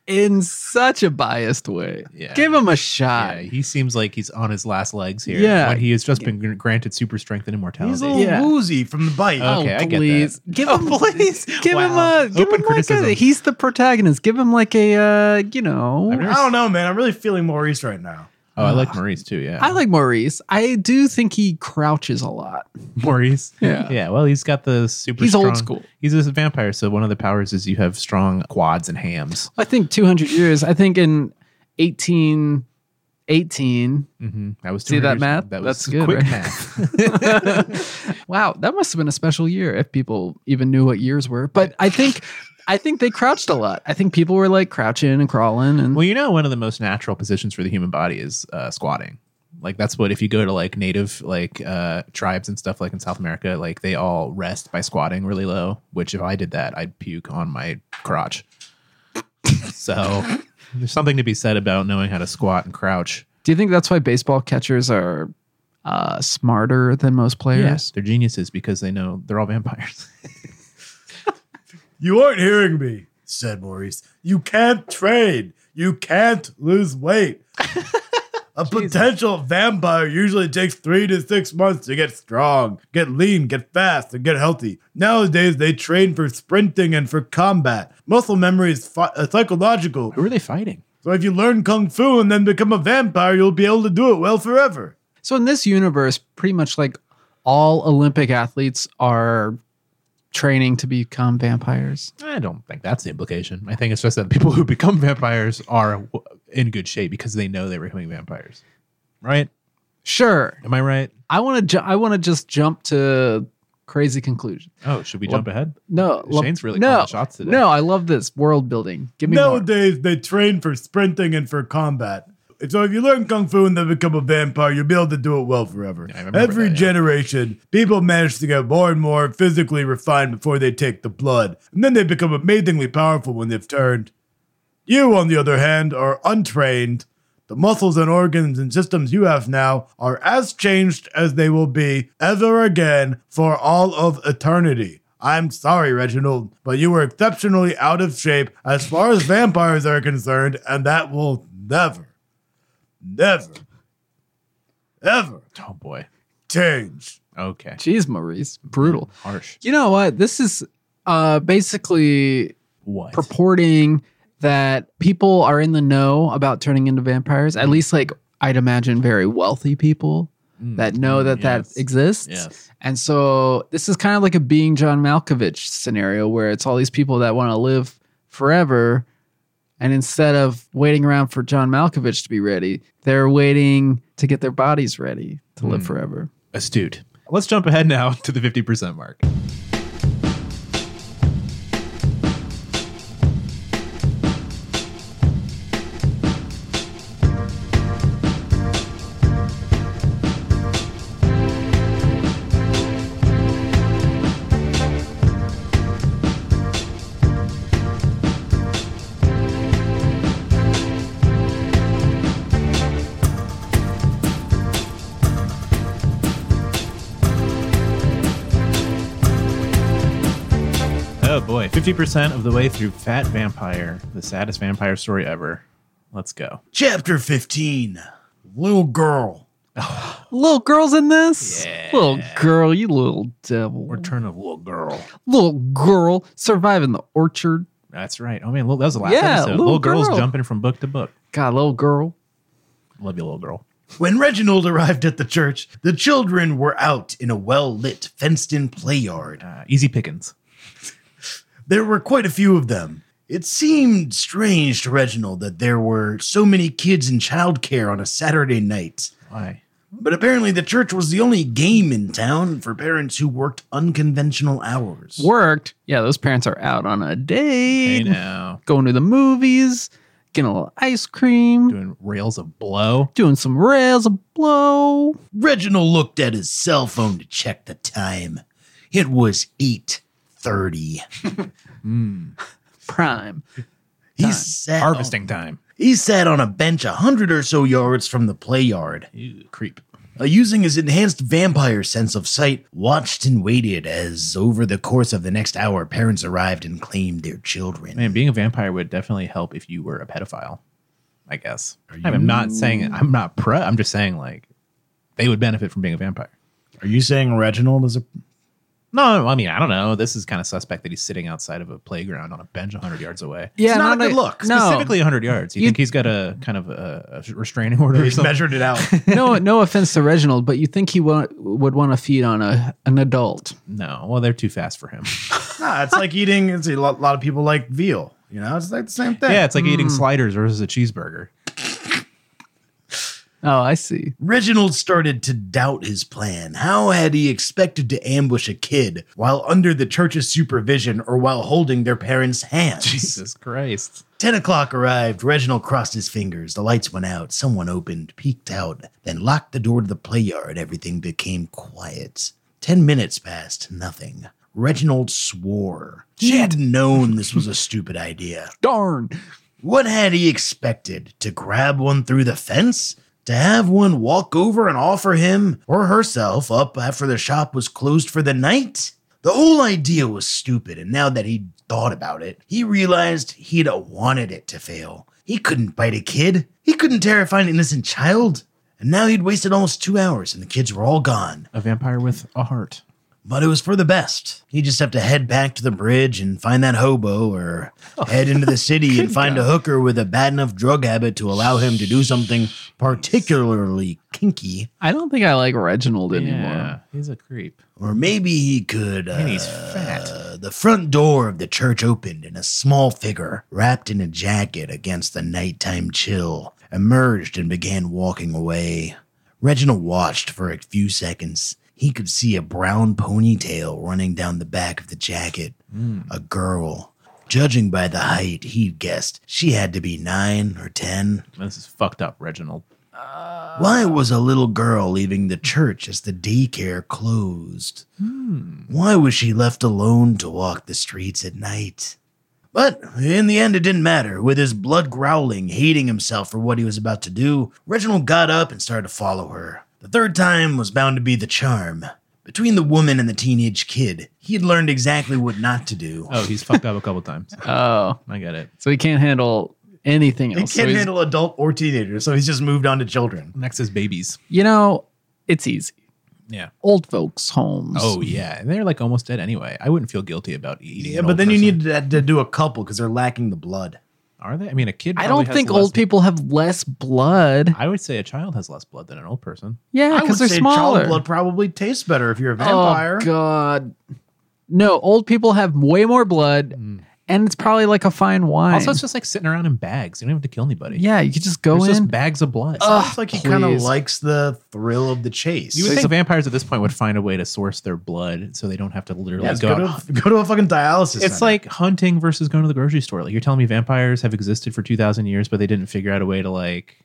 in such a biased way.
Yeah.
Give him a shot.
Yeah, he seems like he's on his last legs here.
Yeah.
when he has just been gr- granted super strength and
He's a
immortality.
little
Yeah.
woozy from the bite.
Uh,
Oh, okay, I get that. Oh,
please. Give him, please. Give
Wow.
him a. Give
Open
him like a,
criticism.
he's the protagonist. Give him like a, uh, you know.
I've never
I don't know, man. I'm really feeling Maurice right now.
Oh, I like Maurice too. Yeah,
I like Maurice. I do think he crouches a lot.
Maurice.
Yeah.
yeah. Well, he's got the super.
He's old
strong-
school.
He's a vampire, so one of the powers is you have strong quads and hams.
I think 200 years. I think in 1818,
Mm-hmm. That was
See
200
that
years-
math?
That was
That's good,
quick
right?
math.
wow, that must have been a special year if people even knew what years were. But I think I think they crouched a lot. I think people were like crouching and crawling and
Well, you know, one of the most natural positions for the human body is uh, squatting. Like that's what if you go to like native like uh, tribes and stuff like in South America, like they all rest by squatting really low. Which if I did that, I'd puke on my crotch. so there's something to be said about knowing how to squat and crouch.
Do you think that's why baseball catchers are uh, smarter than most
Yes,
players?
they're geniuses because they know they're all vampires.
You aren't hearing me, said Maurice. You can't train. You can't lose weight. A potential vampire usually takes three to six months to get strong, get lean, get fast, and get healthy. Nowadays, they train for sprinting and for combat. Muscle memory is fi- uh, psychological,
Who are they fighting?
so if you learn kung fu and then become a vampire, you'll be able to do it well forever.
So in this universe, pretty much like all Olympic athletes are training to become vampires.
I don't think that's the implication. I think it's just that people who become vampires are w- in good shape because they know they're becoming vampires. Right?
Sure.
Am I right?
I want to ju- I want to just jump to crazy conclusion.
Oh, should we
Well,
jump ahead?
No, lo-
Shane's really
no,
calling shots today.
No, I love this world building. Give me more.
Nowadays, they train for sprinting and for combat. And So if you learn kung fu and then become a vampire, you'll be able to do it well forever.
I remember
Every
that, yeah.
generation, people manage to get more and more physically refined before they take the blood, and then they become amazingly powerful when they've turned. You, on the other hand, are untrained. The muscles and organs and systems you have now are as changed as they will be ever again for all of eternity. I'm sorry, Reginald, but you were exceptionally out of shape as far as vampires are concerned, and that will never, never, ever
Oh boy.
change.
Okay.
Jeez, Maurice, brutal.
Harsh.
You know what? This is uh, basically
What?
purporting that people are in the know about turning into vampires.
Hmm.
At least, like I'd imagine, very wealthy people
Mm.
that know that
Yes.
that exists.
Yes.
And so this is kind of like a being John Malkovich scenario where it's all these people that want to live forever. And instead of waiting around for John Malkovich to be ready, they're waiting to get their bodies ready to
Hmm.
live forever.
Astute. Let's jump ahead now to the 50% mark. Oh boy. 50% of the way through Fat Vampire, the saddest vampire story ever. Let's go.
Chapter 15 Little Girl.
Little girls in this? Little girl, you little devil.
Return of Little Girl.
little girl surviving the orchard.
That's right. Oh man, Lil- that was the last
Yeah,
episode.
Little
Little, girls
Girl.
jumping from book to book.
God, little girl.
Love you, little girl.
When Reginald arrived at the church, the children were out in a well lit, fenced in play yard.
Uh, easy pickings.
There were quite a few of them. It seemed strange to Reginald that there were so many kids in childcare on a Saturday night.
Why?
But apparently, the church was the only game in town for parents who worked unconventional hours.
Worked. Yeah, those parents are out on a
I
date,
know.
going to the movies, getting a little ice cream, doing,
Doing rails of blow.
some rails of blow.
Reginald looked at his cell phone to check the time. It was 8:30.
Prime.
He sat
Hmm. Harvesting time.
He sat on a bench a hundred or so yards from the play yard.
Ew, creep.
Uh, using his enhanced vampire sense of sight, watched and waited as, over the course of the next hour, parents arrived and claimed their children.
Man, being a vampire would definitely help if you were a pedophile. I guess. I'm not saying I'm not pro. I'm just saying like they would benefit from being a vampire.
Are you saying Reginald is a
No, I mean, I don't know. This is kind of suspect that he's sitting outside of a playground on a bench 100 yards away.
Yeah,
It's not a good look.
No,
Specifically 100 yards. You,
You-
think he's got a kind of a, a restraining order or
He's
something?
measured it out.
no, no offense to Reginald, but you think he wa- would want to feed on a an adult?
no. Well, they're too fast for him.
nah, it's like eating. It's a lot, lot of people like veal. You know, it's like the same thing.
yeah, it's like
Hmm.
eating sliders versus a cheeseburger.
Oh, I see.
Reginald started to doubt his plan. How had he expected to ambush a kid
While under the church's supervision or while holding their parents' hands.
Jesus Christ.
10 o'clock arrived. Reginald crossed his fingers. The lights went out. Someone opened, peeked out, then locked the door to the play yard. Everything became quiet. 10 minutes passed. Nothing. Reginald swore. He had known this was a stupid idea.
Darn.
What had he expected? To grab one through the fence? To have one walk over and offer him or herself up after the shop was closed for the night? The whole idea was stupid, and now that he'd thought about it, he realized he'd wanted it to fail. He couldn't bite a kid, he couldn't terrify an innocent child. And now he'd wasted almost two hours, and the kids were all gone.
A vampire with a heart.
But it was for the best. You just have to head back to the bridge and find that hobo or head into the city and find a hooker with a bad enough drug habit to allow him to do something particularly kinky.
I don't think I like Reginald anymore.
Yeah, he's a creep.
Or maybe he could.
And he's
uh,
fat.
the front door of the church opened, and a small figure, wrapped in a jacket against the nighttime chill, emerged and began walking away. Reginald watched for a few seconds. He could see a brown ponytail running down the back of the jacket.
Hmm.
A girl. Judging by the height, he guessed she had to be nine or ten.
This is fucked up, Reginald.
Oh.
Why was a little girl leaving the church as the daycare closed?
Hmm.
Why was she left alone to walk the streets at night? But in the end, it didn't matter. With his blood growling, hating himself for what he was about to do, Reginald got up and started to follow her. The third time was bound to be the charm. Between the woman and the teenage kid, he had learned exactly what not to do.
Oh, he's fucked up a couple times.
Oh,
I get it.
so he can't handle anything
He
else.
can't
So he's-
handle adult or teenagers, so he's just moved on to children.
Next is babies.
you know, it's easy.
Yeah.
Old folks' homes.
Oh, yeah. And they're like almost dead anyway. I wouldn't feel guilty about eating.
Yeah,
an
but
old
then you
person.
need to, to do a couple because they're lacking the blood.
Are they? I mean, a kid.
I
probably
don't
has
think
less-
old people have less blood.
I would say a child has less blood than an old person.
Yeah,
I would
because they're
say
smaller.
Child blood probably tastes better if you're a
oh
vampire.
God. No, old people have way more blood,
Mm.
and it's probably like a fine wine.
Also, it's just like sitting around in bags. You don't have to kill anybody.
yeah, you could just go
There's
in.
just bags of blood.
Sounds like he kind of
please.
likes the thrill of the chase.
you would think the vampires at this point would find a way to source their blood so they don't have to literally
Yes,
go.
go,
out-
to, go to a fucking dialysis.
it's
center.
like hunting versus going to the grocery store. Like you're telling me vampires have existed for two thousand years, but they didn't figure out a way to like,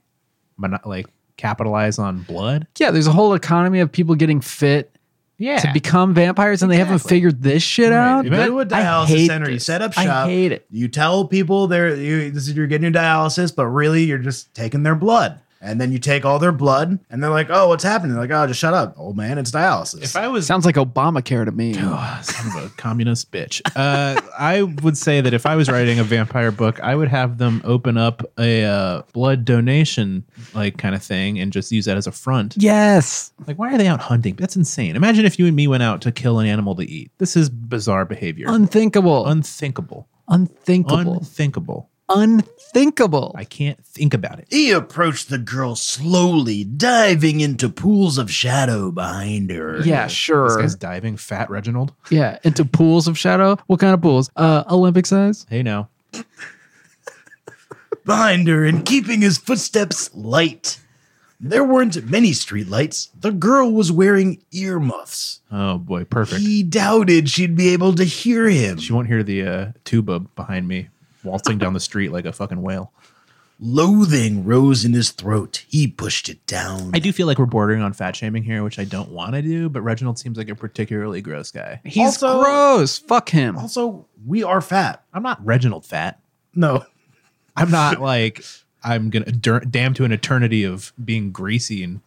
mono- like capitalize on blood.
yeah, there's a whole economy of people getting fit
Yeah,
to become vampires, and they haven't
Exactly.
figured this shit
Right.
out.
You better-
go to a
I
dialysis
hate
center. You
this.
set up
I
shop.
hate it.
You tell people they're you, this is you're getting your dialysis, but really you're just taking their blood. And then you take all their blood, and they're like, "Oh, what's happening?" They're like, "Oh, just shut up, old man. It's dialysis."
if I was
Sounds like Obamacare to me.
Oh, son of a communist bitch. Uh, I would say that if I was writing a vampire book, I would have them open up a uh, blood donation like kind of thing and just use that as a front.
Yes.
Like, why are they out hunting? That's insane. Imagine if you and me went out to kill an animal to eat. This is bizarre behavior.
Unthinkable.
unthinkable.
unthinkable.
Unthinkable.
unthinkable.
I can't think about it.
He approached the girl slowly, diving into pools of shadow behind her.
yeah,
This
sure.
guy's diving, fat Reginald.
Yeah, into pools of shadow. What kind of pools? Uh, Olympic size.
Hey, now.
behind her and keeping his footsteps light. There weren't many streetlights. The girl was wearing earmuffs.
Oh boy, perfect.
He doubted she'd be able to hear him.
She won't hear the uh, tuba behind me waltzing down the street like a fucking whale.
Loathing rose in his throat. He pushed it down.
I do feel like we're bordering on fat shaming here, which I don't want to do, but Reginald seems like a particularly gross guy.
He's
Also-
gross. Fuck him.
also, we are fat.
I'm not Reginald fat.
No,
I'm not like I'm gonna dur- damn to an eternity of being greasy and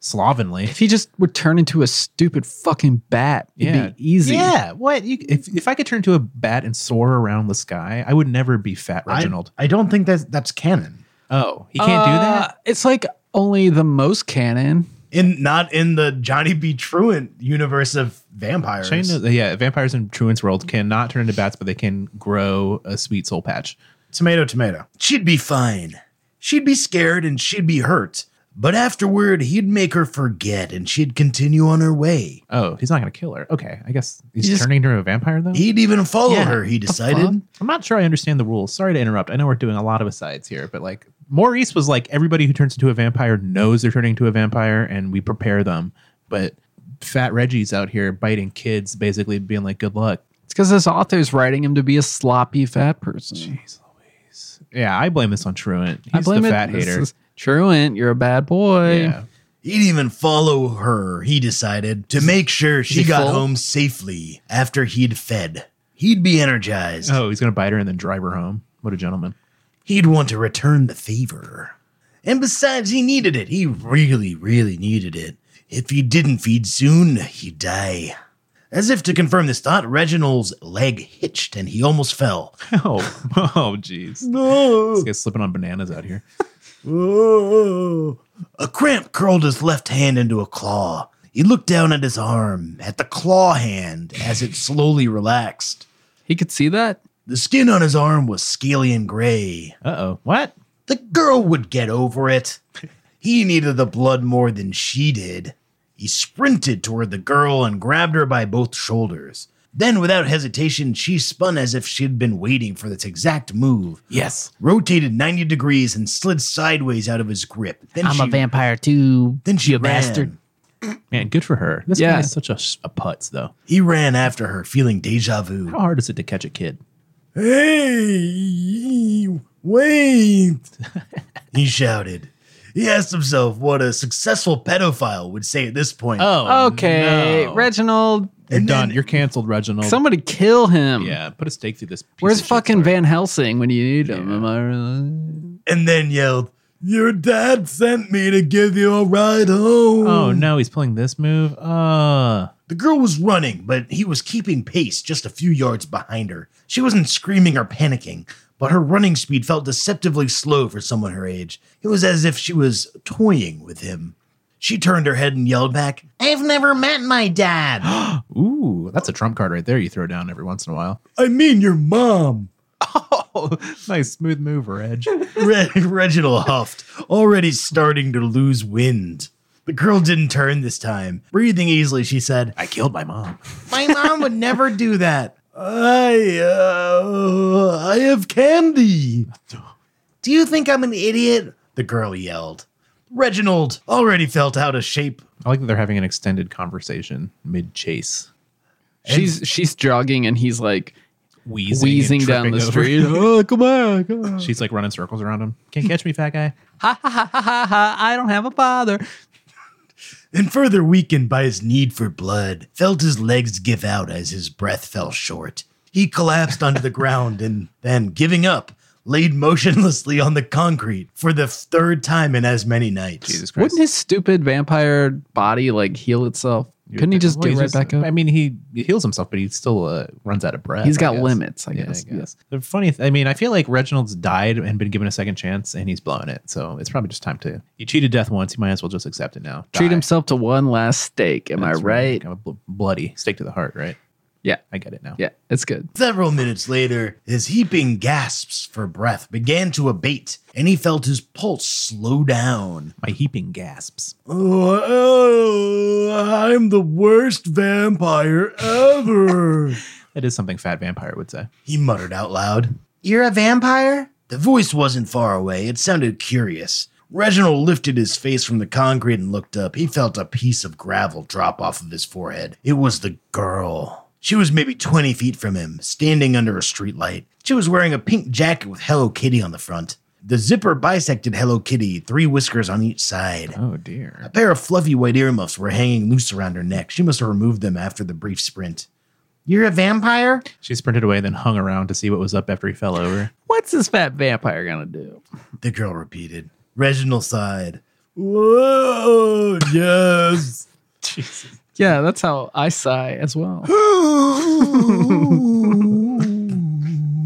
slovenly.
If he just would turn into a stupid fucking bat, it'd
Yeah.
be easy.
Yeah, what? You, if if I could turn into a bat and soar around the sky, I would never be fat
I-
Reginald.
I, don't think that's that's canon.
oh, he can't do
Uh,
that.
It's like only the most canon.
in not in the Johnny B. Truant universe of vampires.
Uh, Shane knows- yeah, vampires in Truant's world cannot turn into bats, but they can grow a sweet soul patch.
tomato, tomato.
She'd be fine. She'd be scared and she'd be hurt. But afterward, he'd make her forget and she'd continue on her way.
Oh, he's not going to kill her. Okay, I guess he's
He just-
turning her into a vampire though.
He'd even follow
Yeah,
her, he
fuck?
decided.
I'm not sure I understand the rules. Sorry to interrupt. I know we're doing a lot of asides here, but like Maurice was like everybody who turns into a vampire knows they're turning into a vampire, and we prepare them. But Fat Reggie's out here biting kids, basically being like, "Good luck."
It's because this author's writing him to be a sloppy fat person.
Yeah, I blame this on Truant. He's the fat
this
hater.
is Truant, you're a bad boy.
Yeah.
He'd even follow her, he decided, to make sure she
Is he
got
full?
home safely after he'd fed. He'd be energized.
Oh, he's gonna bite her and then drive her home. What a gentleman.
He'd want to return the favor. And besides, he needed it. He really, really needed it. If he didn't feed soon, he'd die. As if to confirm this thought, Reginald's leg hitched and he almost fell.
Oh, oh, jeez. This guy's slipping on bananas out here.
A cramp curled his left hand into a claw. He looked down at his arm, at the claw hand, as it slowly relaxed.
He could see that.
The skin on his arm was scaly and gray.
Uh oh. What?
The girl would get over it. He needed the blood more than she did. He sprinted toward the girl and grabbed her by both shoulders. Then, without hesitation, she spun as if she'd been waiting for this exact move,
Yes.
rotated 90 degrees, and slid sideways out of his grip. Then
I'm
she,
a vampire too.
Then she
you
ran.
bastard.
Man, good for her. This
Yeah.
guy is such a, sh- a putz, though.
He ran after her, feeling deja vu.
How hard is it to catch a kid?
Hey, wait, he shouted. He asked himself what a successful pedophile would say at this point.
Oh,
Okay,
no.
Reginald,
You're
And
done.
then-
You're canceled, Reginald.
somebody kill him.
yeah, put a stake through this. piece
Where's
of shit's
fucking
heart.
Van Helsing when you need him? Am I
and then yelled, Your dad sent me to give you a ride home.
Oh no, he's pulling this move. Uh
The girl was running, but he was keeping pace just a few yards behind her. She wasn't screaming or panicking, but her running speed felt deceptively slow for someone her age. It was as if she was toying with him. She turned her head and yelled back, I've never met my dad.
ooh, that's a trump card right there. You throw down every once in a while.
I mean, your mom.
Oh, nice smooth move, Reg.
Re- Reginald huffed, already starting to lose wind. The girl didn't turn this time. Breathing easily, she said,
I killed my mom.
My mom would never do that. I, uh, I have candy. Do you think I'm an idiot? The girl yelled. Reginald already felt out of shape.
I like that they're having an extended conversation mid chase,
She's she's jogging and he's like
wheezing, and
wheezing down
tripping
the
over.
street. oh, come on, come on.
She's like running circles around him. Can't catch me, fat guy.
Ha ha ha ha ha ha! I don't have a father.
And further weakened by his need for blood, felt his legs give out as his breath fell short. He collapsed onto the ground and then, giving up, laid motionlessly on the concrete for the third time in as many nights.
Jesus Christ.
Wouldn't his stupid vampire body like heal itself?
You would
Couldn't he
think,
just
well,
get
he's
right back up?
I mean, he, he heals himself, but he still uh, runs out of breath.
he's
I
got
guess.
limits, I
Yeah,
guess.
I guess. The funny, th- I mean, I feel like Reginald's died and been given a second chance, and he's blowing it. So it's probably just time to. He cheated death once. He might as well just accept it now.
Treat
Die.
himself to one last steak. Am
That's
I right?
I'm a bl- bloody stake to the heart, right?
Yeah.
I get it now.
Yeah, it's good.
Several minutes later, his heaping gasps for breath began to abate, and he felt his pulse slow down.
My heaping gasps.
Oh, oh, I'm the worst vampire ever.
That is something Fat Vampire would say.
He muttered out loud, You're a vampire? The voice wasn't far away. It sounded curious. Reginald lifted his face from the concrete and looked up. He felt a piece of gravel drop off of his forehead. It was the girl. She was maybe 20 feet from him, standing under a streetlight. She was wearing a pink jacket with Hello Kitty on the front. The zipper bisected Hello Kitty, three whiskers on each side.
Oh dear.
A pair of fluffy white earmuffs were hanging loose around her neck. She must have removed them after the brief sprint. You're a vampire?
She sprinted away, then hung around to see what was up after he fell over.
What's this fat vampire gonna do?
The girl repeated. Reginald sighed.
Whoa, yes.
Yeah, that's how I sigh as well.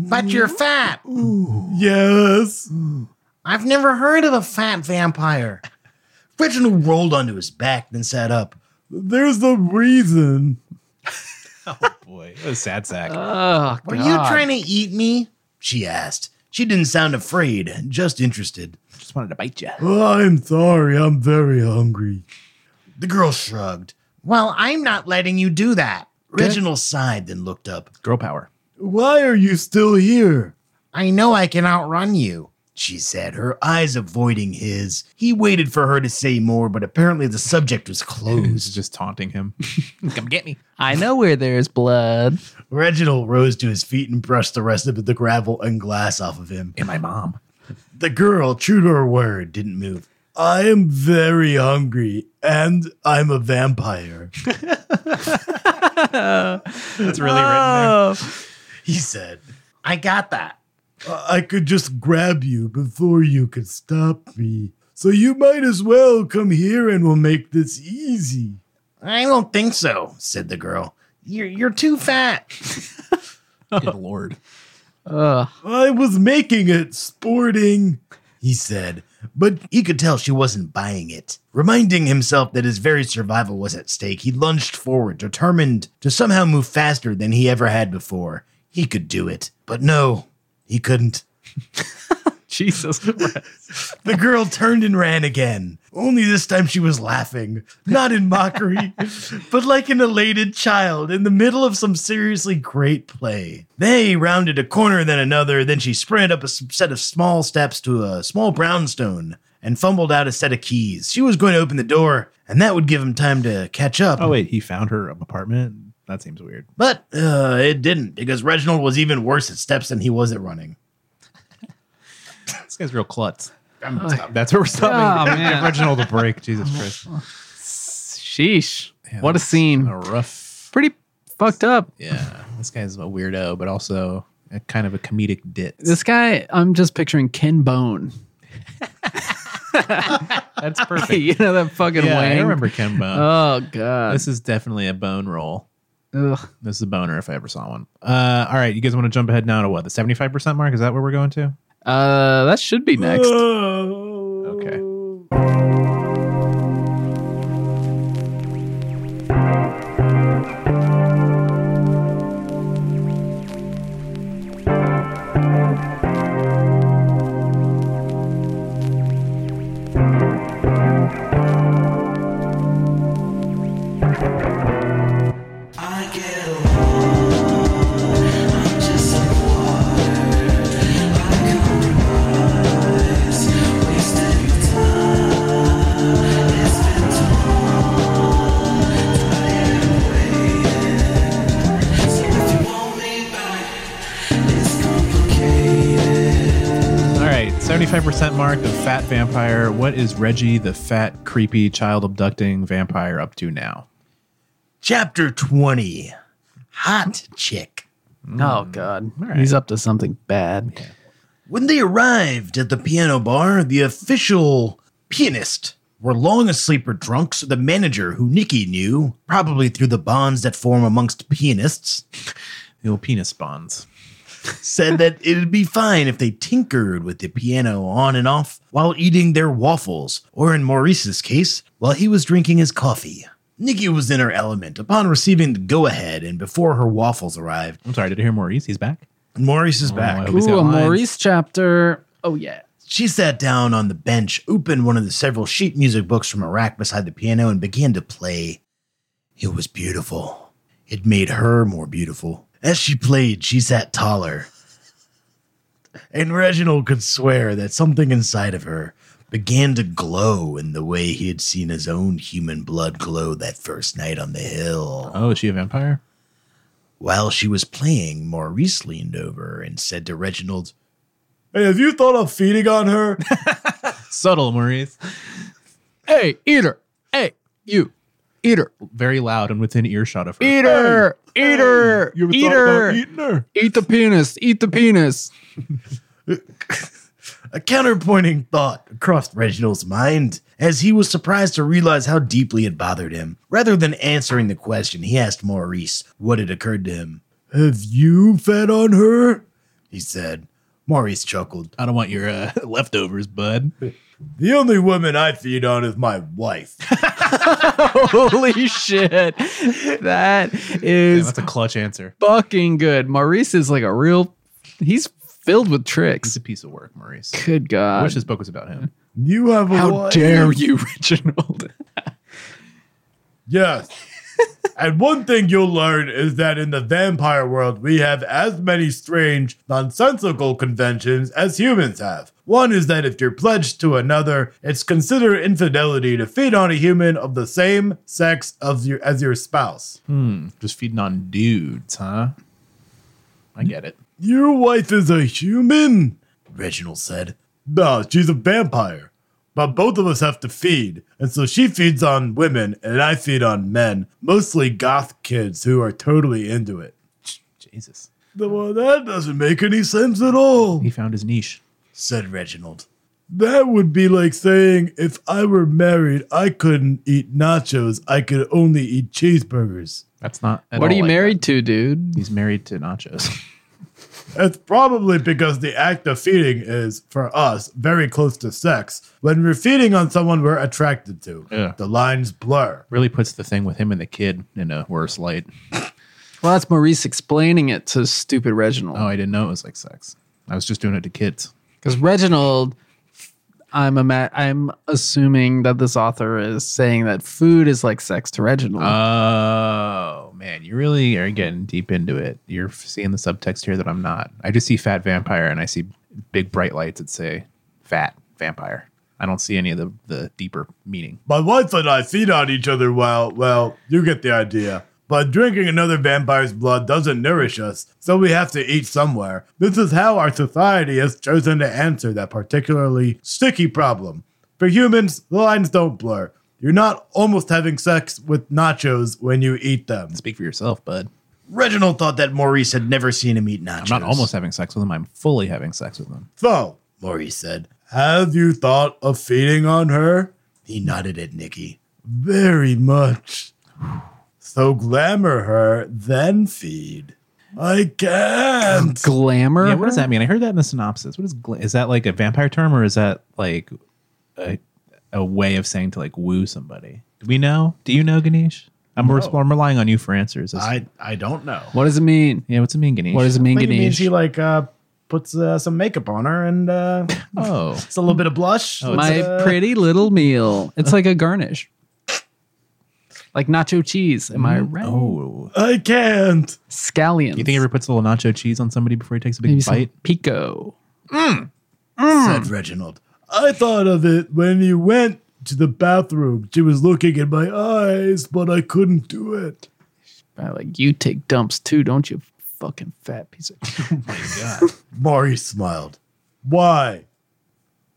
But you're fat.
Yes.
I've never heard of a fat vampire. Reginald rolled onto his back, then sat up.
There's a reason.
Boy, that was sad sack.
Oh,
Were
God.
you trying to eat me? She asked. She didn't sound afraid, just interested.
Just wanted to bite you.
I'm sorry. I'm very hungry.
The girl shrugged. Well, I'm not letting you do that. Reginald sighed, then looked up.
Girl power.
Why are you still here?
I know I can outrun you, she said, her eyes avoiding his. He waited for her to say more, but apparently the subject was
Who's
closed.
just taunting him? Come get me.
I know where there's blood.
Reginald
Rose to his feet and brushed the rest of the gravel and glass off of him.
And my mom.
The girl, true to her word,
didn't move.
I am very hungry and I'm a vampire,
That's really written
Oh,
He said, I got that.
I could just grab you before you could stop me. So you might as well come here and we'll make this easy.
I don't think so, said the girl. You're, you're too fat.
there. Good lord.
Ugh.
I was making it sporting, he said.
But he could tell she wasn't buying it. Reminding himself that his very survival was at stake, he lunged forward, determined to somehow move faster than he ever had before. He could do it. But no, he couldn't.
Jesus.
The girl turned and ran again. Only this time she was laughing, not in mockery, but like an elated child in the middle of some seriously great play. They rounded a corner, then another, then she sprinted up a s- set of small steps to a small brownstone and fumbled out a set of keys. She was going to open the door, and that would give him time to catch up.
Oh, wait. He found her apartment? That seems weird.
But uh, it didn't, because Reginald was even worse at steps than he was at running.
This guy's real klutz.
I'm
Stop. That's where we're stopping.
Oh, man.
Give Reginald a break. Jesus Christ.
sheesh.
Yeah,
what a
that's
scene.
A rough.
Pretty fucked up.
Yeah. This guy's a weirdo, but also a kind of a comedic dit.
This guy, I'm just picturing Ken Bone.
That's perfect.
you know that fucking
yeah,
wang?
I remember Ken Bone.
Oh, God.
this is definitely a bone roll.
Ugh.
This is a boner if I ever saw one. Uh, all right, you guys want to jump ahead now to what? The seventy-five percent mark? Is that where we're going to?
Uh, that should be next.
Mm. Okay. All right, seventy-five percent mark of fat vampire. What is Reggie, the fat, creepy, child abducting vampire, up to now?
Chapter 20 Hot Chick.
Oh, God.
right.
He's up to something bad.
When they arrived at the piano bar, the official pianist were long asleep or drunk, so the manager, who Nikki knew, probably through the bonds that form amongst pianists,
The old penis bonds.
said that it'd be fine if they tinkered with the piano on and off while eating their waffles, or in Maurice's case, while he was drinking his coffee. Nikki was in her element upon receiving the go ahead and before her waffles arrived.
I'm sorry, did I hear Maurice? He's back.
Maurice is back.
I hope he's got
Ooh, a
lines.
Maurice chapter. Oh, yeah.
She sat down on the bench, opened one of the several sheet music books from a rack beside the piano, and began to play. It was beautiful. It made her more beautiful. As she played, she sat taller. And Reginald could swear that something inside of her began to glow in the way he had seen his own human blood glow that first night on the hill.
Oh, is she a vampire?
While she was playing, Maurice leaned over and said to Reginald,
Hey, have you thought of feeding on her?
Subtle Maurice.
Hey, eater. Hey, you. Eater.
Very loud and within earshot of her.
Eater. Eater.
You ever thought
eater.
about eating her?
Eat the penis. Eat the penis.
A counterpointing thought crossed Reginald's mind as he was surprised to realize how deeply it bothered him. Rather than answering the question, he asked Maurice what had occurred to him.
Have you fed on her?
He said, Maurice chuckled.
I don't want your uh, leftovers, bud.
The only woman I feed on is my wife.
Holy shit. That
Damn,
is
that's a clutch answer.
fucking good. Maurice is like a real, he's filled with
He's
tricks.
a piece of work, Maurice.
Good
I
God.
wish this book was about him.
You have a
How
wife?
dare you, Reginald?
Yes. and one thing you'll learn is that in the vampire world, we have as many strange, nonsensical conventions as humans have. One is that if you're pledged to another, it's considered infidelity to feed on a human of the same sex of your, as your spouse.
Just feeding on dudes, huh? I get it.
Your wife is a human, Reginald said. No, she's a vampire. But both of us have to feed, and so she feeds on women, and I feed on men, mostly goth kids who are totally into it.
Jesus.
Well, that doesn't make any sense at all,
He found his niche.
said Reginald. That would be like saying if I were married, I couldn't eat nachos, I could only eat cheeseburgers.
That's not. at
What are
all
you
like
married to, dude?
that. He's married to nachos.
It's probably because the act of feeding is, for us, very close to sex. When we're feeding on someone we're attracted to,
Yeah.
the lines blur.
really puts the thing with him and the kid in a worse light.
Well, that's Maurice explaining it to stupid Reginald.
Oh, I didn't know it was like sex. I was just doing it to kids.
Because Reginald, I'm ima- I'm assuming that this author is saying that food is like sex to Reginald.
Uh, Oh man, you really are getting deep into it. You're seeing the subtext here that I'm not. I just see fat vampire and I see big bright lights that say fat vampire. I don't see any of the, the deeper meaning.
My wife and I feed on each other while, well, you get the idea. But drinking another vampire's blood doesn't nourish us, so we have to eat somewhere. This is how our society has chosen to answer that particularly sticky problem. For humans, the lines don't blur. You're not almost having sex with nachos when you eat them.
Speak for yourself, bud.
Reginald thought that Maurice had never seen him eat nachos.
I'm not almost having sex with him. I'm fully having sex with him.
So,
Maurice said.
Have you thought of feeding on her?
He nodded at Nikki.
Very much. So glamour her, then feed. I can't.
Glamour.
Yeah, what does that mean? I heard that in the synopsis. What is gla- is that like a vampire term or is that like a, a way of saying to like woo somebody? Do we know? Do you know, Ganesh? I'm, res- I'm relying on you for answers. This-
I, I don't know.
What does it mean?
yeah, what's it mean, Ganesh?
What does it mean,
I think it means
Ganesh?
he like uh, puts uh, some makeup on her and uh,
Oh,
it's a little bit of blush.
Oh, it's-
My
uh,
pretty little meal. It's like a garnish, like nacho cheese. Am I right?
oh.
I can't.
Scallions.
You think he ever puts a little nacho cheese on somebody before he takes a big
Maybe some
bite?
pico?
said
Hmm.
Reginald.
I thought of it when you went to the bathroom. She was looking in my eyes, but I couldn't do it.
I like you take dumps too, don't you? Fucking fat piece of.
Maurice smiled. Why?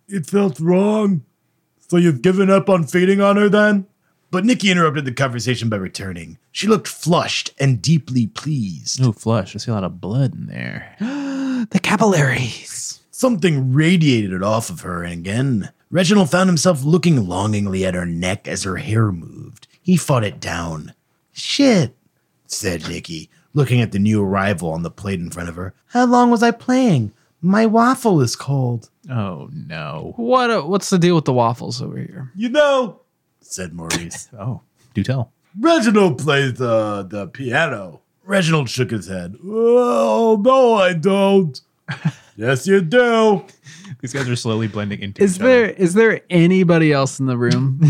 It felt wrong. So you've given up on feeding on her then?
But Nikki interrupted the conversation by returning. She looked flushed and deeply pleased.
Oh, flush. I see a lot of blood in there.
the capillaries.
Something radiated off of her, and again, Reginald found himself looking longingly at her neck as her hair moved. He fought it down. Shit, said Nikki, looking at the new arrival on the plate in front of her. How long was I playing? My waffle is cold,
Oh no.
What? A, what's the deal with the waffles over here?
You know,
said Maurice.
Oh, do tell.
Reginald plays the the piano. Reginald shook his head. Oh no, I don't. yes, you do.
These guys are slowly blending into
Is there is there anybody else in the room?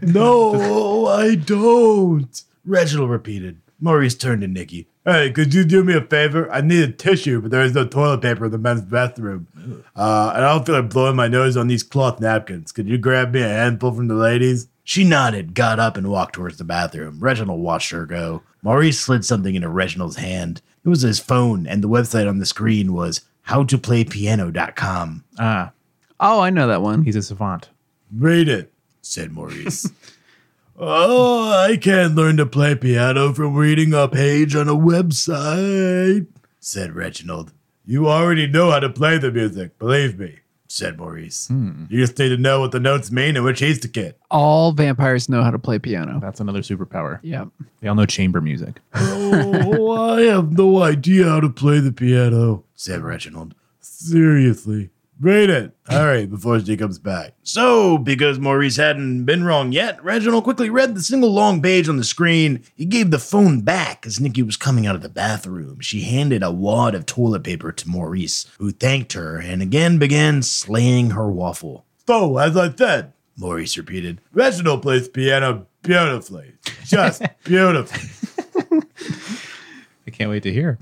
No, I don't.
Reginald repeated. Maurice turned to Nikki.
Hey, could you do me a favor? I need a tissue, but there is no toilet paper in the men's bathroom. Uh, and I don't feel like blowing my nose on these cloth napkins. Could you grab me a handful from the ladies?
She nodded, got up, and walked towards the bathroom. Reginald watched her go. Maurice slid something into Reginald's hand. It was his phone, and the website on the screen was howtoplaypiano.com,
Ah,
oh, I know that one.
he's a savant.
Read it.
said Maurice.
Oh, I can't learn to play piano from reading a page on a website,
said Reginald,
You already know how to play the music, believe me.
said Maurice.
You just need to know what the notes mean and which keys to get.
All vampires know how to play piano.
That's another superpower.
Yeah.
They all know chamber music.
Oh, I have no idea how to play the piano.
said Reginald.
Seriously. Read it. All right, before she comes back.
So, because Maurice hadn't been wrong yet, Reginald quickly read the single long page on the screen. He gave the phone back as Nikki was coming out of the bathroom. She handed a wad of toilet paper to Maurice, who thanked her and again began slaying her waffle.
So, Oh, as I said,
Maurice repeated,
Reginald plays piano beautifully. Just beautifully.
I can't wait to hear.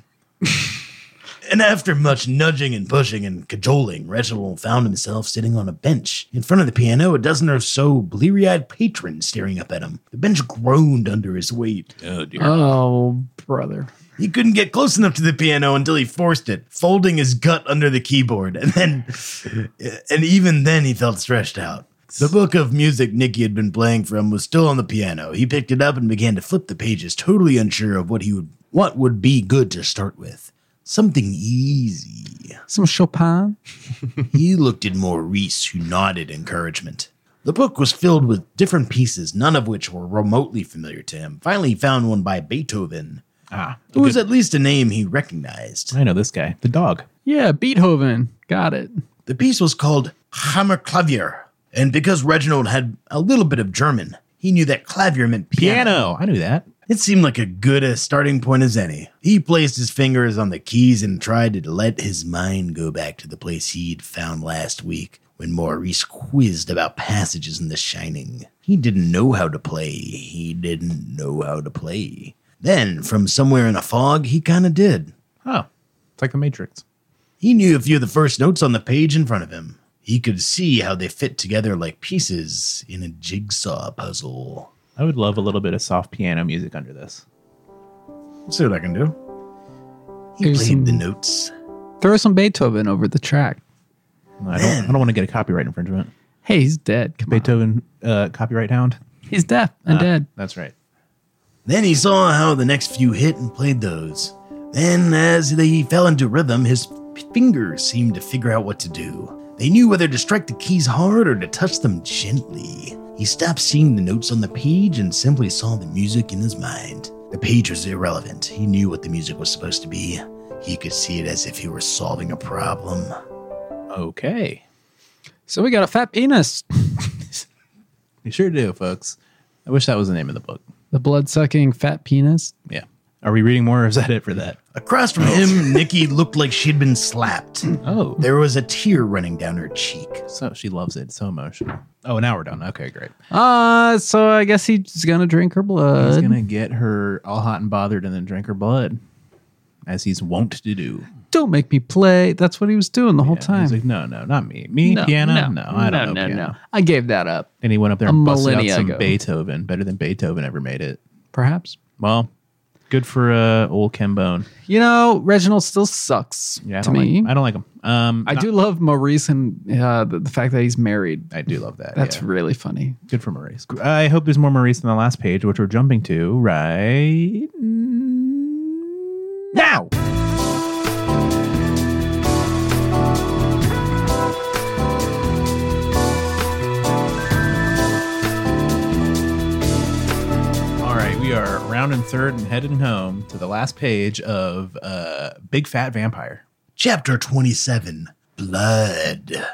And after much nudging and pushing and cajoling, Reginald found himself sitting on a bench. In front of the piano, a dozen or so bleary eyed patrons staring up at him. The bench groaned under his weight. Oh, dear.
Oh, brother.
He couldn't get close enough to the piano until he forced it, folding his gut under the keyboard. And then, and even then, he felt stretched out. The book of music Nicky had been playing from was still on the piano. He picked it up and began to flip the pages, totally unsure of what he would, what would be good to start with. Something easy.
Some Chopin.
He looked at Maurice, who nodded encouragement. The book was filled with different pieces, none of which were remotely familiar to him. Finally, he found one by Beethoven,
Ah,
who was at least a name he recognized.
I know this guy, the dog.
Yeah, Beethoven. Got it.
The piece was called Hammerklavier, and because Reginald had a little bit of German, he knew that clavier meant piano.
Piano. I knew that.
It seemed like a good a starting point as any. He placed his fingers on the keys and tried to let his mind go back to the place he'd found last week when Maurice quizzed about passages in The Shining. He didn't know how to play. He didn't know how to play. Then, from somewhere in a fog, he kind of did.
Oh, it's like the Matrix.
He knew a few of the first notes on the page in front of him. He could see how they fit together like pieces in a jigsaw puzzle.
I would love a little bit of soft piano music under this.
Let's see what I can do.
He
There's
played
some-
the notes.
Throw some Beethoven over the track.
I don't. I don't want to get a copyright infringement.
Hey, he's dead. Come on.
Beethoven Ah. uh, copyright hound.
He's deaf and dead.
That's right.
Then he saw how the next few hit and played those. Then, as they fell into rhythm, his fingers seemed to figure out what to do. They knew whether to strike the keys hard or to touch them gently. He stopped seeing the notes on the page and simply saw the music in his mind. The page was irrelevant. He knew what the music was supposed to be. He could see it as if he were solving a problem.
Okay.
So we got a fat penis.
You sure do, folks. I wish that was the name of the book.
The blood sucking fat penis.
Yeah. Are we reading more or is that it for that?
Across from him, Nikki looked like she'd been slapped.
Oh.
There was a tear running down her cheek.
So she loves it. So emotional. Oh, now we're done. Okay, great.
Uh, so I guess he's gonna drink her
He's
blood.
going to get her all hot and bothered and then drink her blood, as he's wont to do.
Don't make me play. That's what he was doing the whole
Yeah,
time.
He's like, no, no, not me. Me, piano? No, I don't know. piano.
I gave that up.
And he went up there
A
and busted out
millennia
some
ago.
Beethoven, better than Beethoven ever made it.
Perhaps.
Well, good for uh, old Ken Bone.
You know, Reginald still sucks
Yeah, I
to
don't
me.
like, I don't like him. Um,
I, do love Maurice and uh, the, the fact that he's married.
I do love that.
That's
yeah.
really funny.
Good for Maurice. I hope there's more Maurice than the last page, which we're jumping to right now. All right, we are rounding third and heading home to the last page of uh, Big Fat Vampire.
Chapter 27 Blood.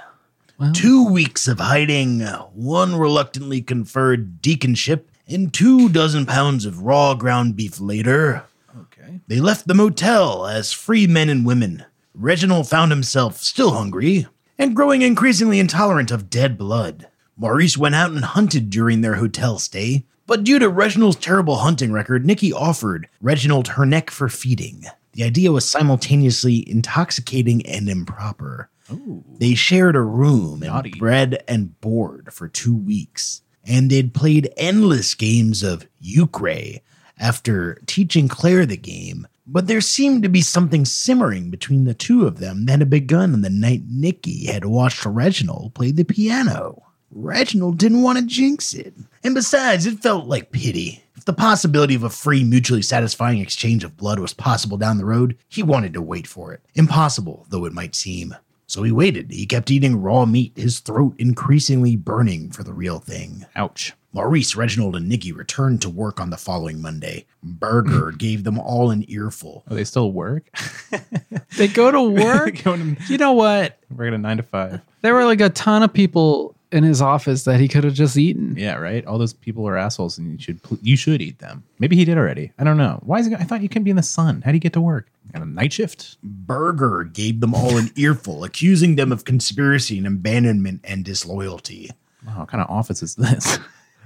Two weeks of hiding, one reluctantly conferred deaconship, and two dozen pounds of raw ground beef later,
Okay.
they left the motel as free men and women. Reginald found himself still hungry and growing increasingly intolerant of dead blood. Maurice went out and hunted during their hotel stay, but due to Reginald's terrible hunting record, Nikki offered Reginald her neck for feeding. The idea was simultaneously intoxicating and improper. They shared a room and
Naughty.
bread and board for two weeks, and they'd played endless games of Ukraine after teaching Claire the game. But there seemed to be something simmering between the two of them that had begun on the night Nikki had watched Reginald play the piano. Reginald didn't want to jinx it. And besides, it felt like pity. If the possibility of a free, mutually satisfying exchange of blood was possible down the road, he wanted to wait for it. Impossible, though it might seem. So he waited. He kept eating raw meat, his throat increasingly burning for the real thing.
Ouch.
Maurice, Reginald, and Nikki returned to work on the following Monday. Berger gave them all an earful.
Oh, they still work?
They go to work.
Going
you know what?
working a nine to five.
There were like a ton of people in his office that he could have just eaten.
Yeah, right. All those people are assholes, and you should pl- you should eat them. Maybe he did already. I don't know. Why is he? I thought you couldn't be in the sun. How do you get to work? Got a night shift.
Berger gave them all an earful, accusing them of conspiracy and abandonment and disloyalty.
Wow, what kind of office is this?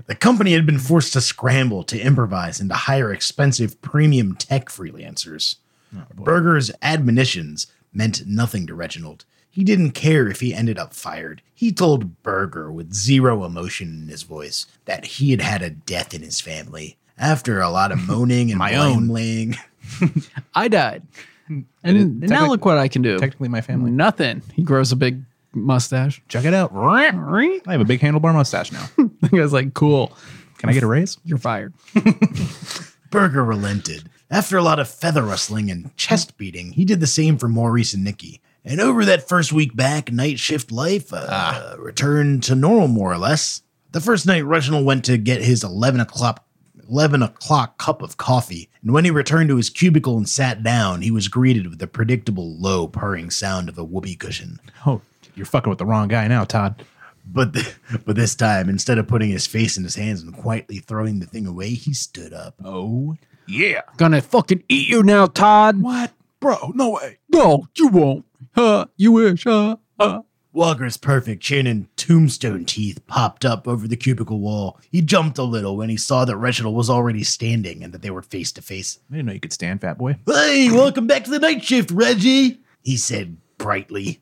The company had been forced to scramble to improvise and to hire expensive premium tech freelancers.
Oh,
Berger's admonitions meant nothing to Reginald. He didn't care if he ended up fired. He told Berger, with zero emotion in his voice, that he had had a death in his family. After a lot of moaning and
My
My
own.
blame laying,
I died.
It is
And now
technic-
look what I can do.
Technically, my family.
Nothing. He grows a big mustache.
Check it out. I
The
have a big handlebar mustache now.
guy's like, cool.
Can I get a raise?
You're fired.
Berger relented. After a lot of feather rustling and chest beating, he did the same for Maurice and Nikki. And over that first week back, night shift life uh, returned to normal, more or less. The first night, Reginald went to get his 11 o'clock, 11 o'clock cup of coffee. And when he returned to his cubicle and sat down, he was greeted with the predictable low purring sound of a whoopee cushion.
Oh, you're fucking with the wrong guy now, Todd.
But, th- but this time, instead of putting his face in his hands and quietly throwing the thing away, he stood up.
Oh yeah.
Gonna fucking eat you now, Todd.
What, bro? No way.
No, you won't. Huh? You wish, huh? huh?
Walker's perfect chin and tombstone teeth popped up over the cubicle wall. He jumped a little when he saw that Reginald was already standing and that they were face to face.
I didn't know you could stand, fat boy.
Hey, welcome back to the night shift, Reggie, he said brightly.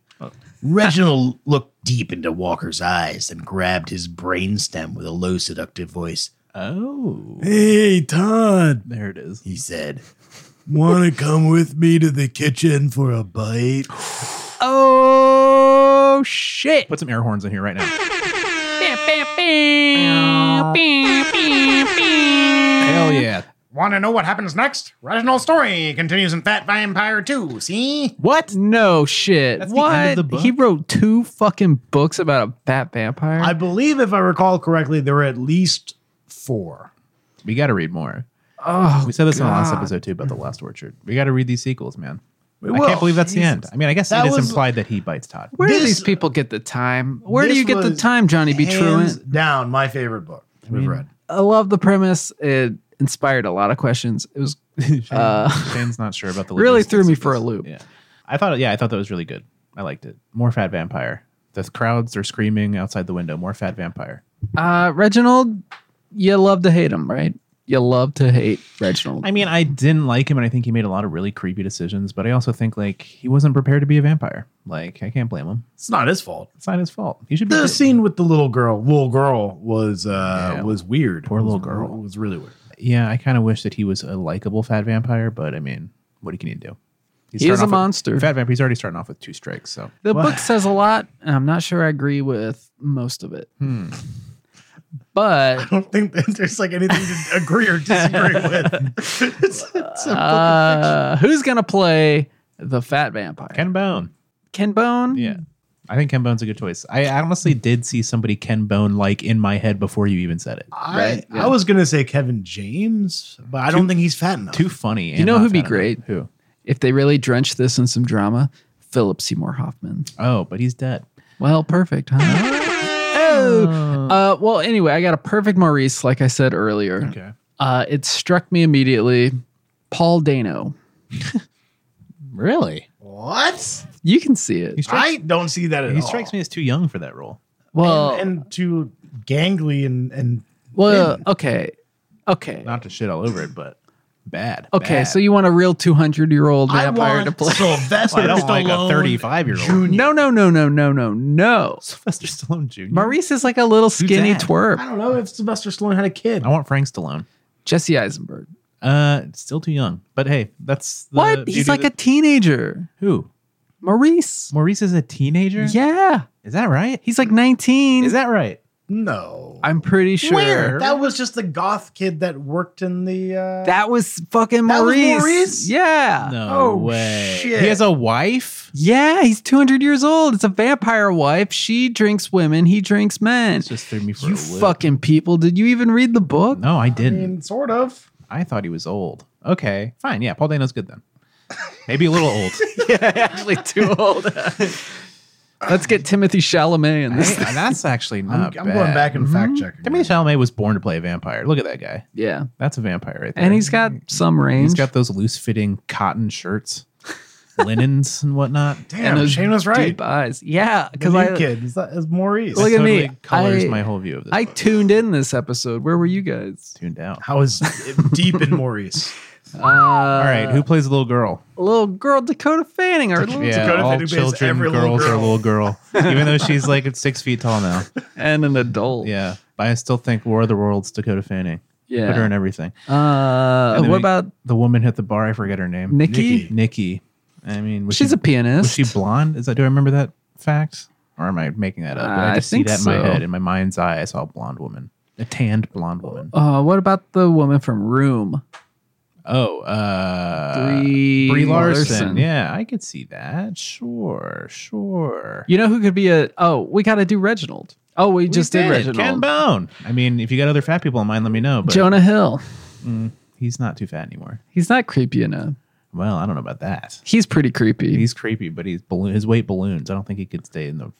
Reginald looked deep into Walker's eyes and grabbed his brainstem with a low, seductive voice.
Oh,
Hey, Todd,
there it is.
He said,
want to come with me to the kitchen for a bite?
Oh shit!
Put some air horns in here right now. Hell yeah.
Want to know what happens next? Reginald's story continues in Fat Vampire 2, see?
What? No shit.
That's the
what?
end of the book?
He wrote two fucking books about a fat vampire.
I believe, if I recall correctly, there were at least four.
We got to read more.
oh,
We said this in the last
God.
episode too about the Last Orchard. We got to read these sequels, man. I
will.
can't believe that's the end. I mean, I guess
That
it is
was-
implied that he bites Todd.
Where do
This-
these people get the time? Where do
this
you get the
was
time, Johnny B.
Hands
Truant?
down, my favorite book we've read.
eh? I love the premise. It inspired a lot of questions. It was
Shane,
Uh,
Shane's not sure about the.
really
logistics
threw me
of
for a
this.
loop.
Yeah, I thought. Yeah, I thought that was really good. I liked it. More fat vampire. The crowds are screaming outside the window. More fat vampire.
uh, Reginald. You love to hate him, right? You love to hate Reginald.
I mean, I didn't like him, and I think he made a lot of really creepy decisions. But I also think like he wasn't prepared to be a vampire. Like I can't blame him.
It's not his fault.
It's not his fault. He should be.
The
dead.
scene with the little girl, little girl, was uh,
Yeah.
was weird.
Poor little
Was-
girl.
was really weird.
Yeah, I kind of wish that he was a likable fat vampire, but I mean, what can you do? He's
He
starting
is a
off with-
monster.
fat vampire. He's already starting off with two strikes. So
the book says a lot, and I'm not sure I agree with most of it. But
I don't think that there's like anything to agree or disagree with. It's- it's a-
uh, who's gonna play the fat vampire? Ken,
Ken Bone.
Bone.
Yeah, I think Ken Bone's a good choice. I honestly did see somebody Ken Bone like in my head before you even said it.
I,
right, yeah.
I was gonna say Kevin James, but I don't think he's fat enough.
Too funny. and
know
not
who'd be
fat enough.
great?
Who?
If they really drench this in some drama, Philip Seymour Hoffman.
Oh, but he's dead.
Well, perfect, huh? oh. Uh, well, anyway, I got a perfect Maurice, like I said earlier.
Okay.
Uh, it struck me immediately. Paul Dano.
Really?
what?
You can see it.
I don't see that at
He
all.
strikes me as too young for that role.
Well,
and, and too gangly and and
well, okay, okay,
Not to shit all over it, but bad.
okay.
bad.
So you want a real 200 year old
I
vampire
want
to play?
Sylvester
I don't like a
Stallone
35 year old.
Junior.
No, no, no, no, no, no, no.
Sylvester Stallone Jr.
Maurice is like a little skinny
that?
I
twerp.
don't know if Sylvester Stallone had a kid.
I want Frank Stallone.
Jesse Eisenberg.
Uh, still too young. But hey, that's the
what? He's like a teenager.
a who?
Maurice.
Maurice is a teenager.
Yeah.
is that right?
He's like 19.
Is that right?
No,
I'm pretty sure.
Where?
that was just the goth kid that worked in the. Uh,
That was fucking
That was
Maurice.
Maurice?
Yeah.
No
Oh,
way.
shit.
He has a wife.
Yeah, he's 200 years old. It's a vampire wife. She drinks women, he drinks men.
It just threw me for a
You
loop.
fucking people. Did you even read the book?
No, I
I
didn't.
mean, sort of.
I thought he was old. Okay, fine. Yeah, Paul Dano's good then. Maybe a little old.
Yeah, actually too old. Let's get Timothy Chalamet in this.
Hey, that's actually
I'm,
not
I'm
bad.
going back and fact checking.
Timothy Chalamet was born to play a vampire. Look at that guy.
Yeah.
That's a vampire right there.
And he's got some range.
he's got those loose fitting cotton shirts, linens and whatnot.
Damn,
those
Shane was right.
deep eyes. Yeah.
The
Because
new
I,
kid is, that, is Maurice.
Look at
Totally
me.
Colors
I-
my whole view of this.
I
book.
tuned in this episode. Where were you guys?
tuned out.
How is deep in Maurice?
Uh,
All right, who plays the little girl?
little girl Dakota Fanning? Our little
yeah,
Dakota
all
Fanning plays
children,
every little
girls are
girl.
little girl, even though she's like six feet tall now.
and an adult.
Yeah, but I still think War of the Worlds Dakota Fanning.
yeah.
Put her in everything.
Uh,
And then
what
we-
about
The woman at the bar. I forget her name.
Nikki?
Nikki.
Nikki. I mean, was
She's
she,
a pianist.
was she blonde? Is that do I remember that fact, or am I making that up? Did
I
I just see
think
that in
so.
my head, in my mind's eye. I saw a blonde woman, a tanned blonde woman.
uh, what about the woman from Room?
Oh, uh,
Brie,
Brie Larson. Yeah, I could see that. Sure, sure.
You know who could be a? Oh, we got to do Reginald. Oh, we,
We
just did,
it. Ken
Reginald.
Bone. I mean, if you got other fat people in mind, let me know. But
Jonah Hill.
he's not too fat anymore.
He's not creepy enough.
Well, I don't know about that.
He's pretty creepy.
He's creepy, but he's balloon. His weight balloons. I don't think he could stay in the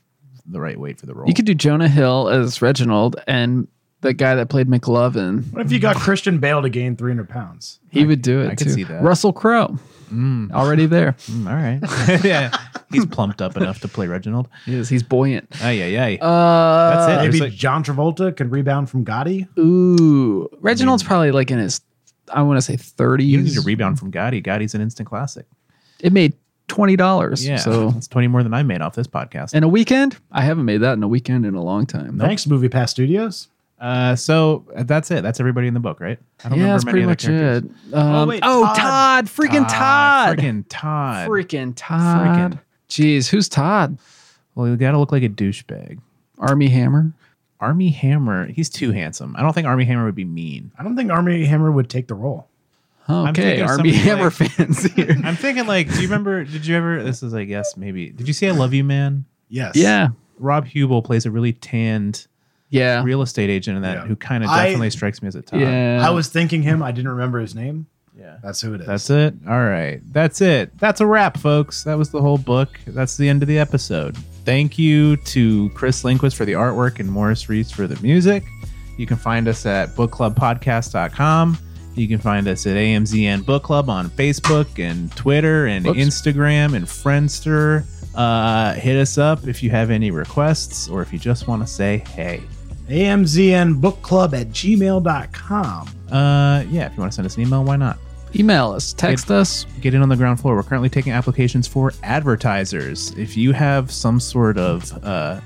the right weight for the role.
you could do Jonah Hill as Reginald and the guy that played McLovin.
What if you got Christian Bale to gain 300 pounds?
He would do it.
I
too.
could see that.
Russell Crowe. Already there.
Mm, all right. yeah, he's plumped up enough to play Reginald.
He is. He's buoyant.
Ay, ay, ay.
Uh,
That's it.
Maybe
There's like-
John Travolta could rebound from Gotti.
ooh. Reginald's probably like in his, I want to say 30s.
you need a rebound from Gotti. Gotti's an instant classic.
it made $20.
Yeah,
So
that's twenty more than I made off this podcast.
in a weekend, I haven't made that in a weekend in a long time.
Thanks, Movie Pass Studios.
Uh, so uh, that's it. That's everybody in the book, right? I don't
Yeah, that's pretty
other
much
characters. Ah,
it. Um, oh,
wait,
Todd.
Todd.
Freaking Todd.
Freaking Todd.
Freaking Todd.
Freaking.
Jeez, who's Todd?
Well, you gotta look like a douchebag.
Army Hammer?
Army Hammer, he's too handsome. I don't think Army Hammer would be mean.
I don't think Army Hammer would take the role.
Okay,
thinking of
Army
somebody
Hammer
like-
fans here.
I'm thinking like, do you remember? Did you ever? This is, I guess, maybe. Did you see I Love You Man?
Yes.
yeah.
Rob Hubel plays a really tanned
Yeah.
real estate agent in that,
Yeah.
who kind of
I-
definitely strikes me as a Todd.
Yeah.
I was thinking him. I didn't remember his name.
Yeah.
That's who it is.
That's it. All right. That's it. That's a wrap, folks. That was the whole book. That's the end of the episode. Thank you to Chris Linquist for the artwork and Morris Reese for the music. You can find us at bookclubpodcast.com. You can find us at AMZN Book Club on Facebook and Twitter and
Whoops.
Instagram and Friendster. Uh, hit us up if you have any requests or if you just want to say hey.
AMZNBookClub at gmail.com.
Uh, yeah, if you want to send us an email, why not?
Email us, text us.
get in on the ground floor. We're currently taking applications for advertisers. If you have some sort of uh,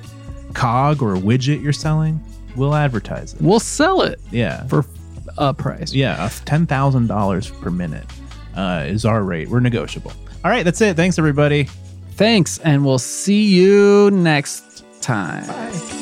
cog or widget you're selling, we'll advertise it.
We'll sell it
Yeah.
for a price.
Yeah. $10,000 per minute uh, is our rate. We're negotiable. All right. That's it. Thanks, everybody.
Thanks, and we'll see you next time.
Bye.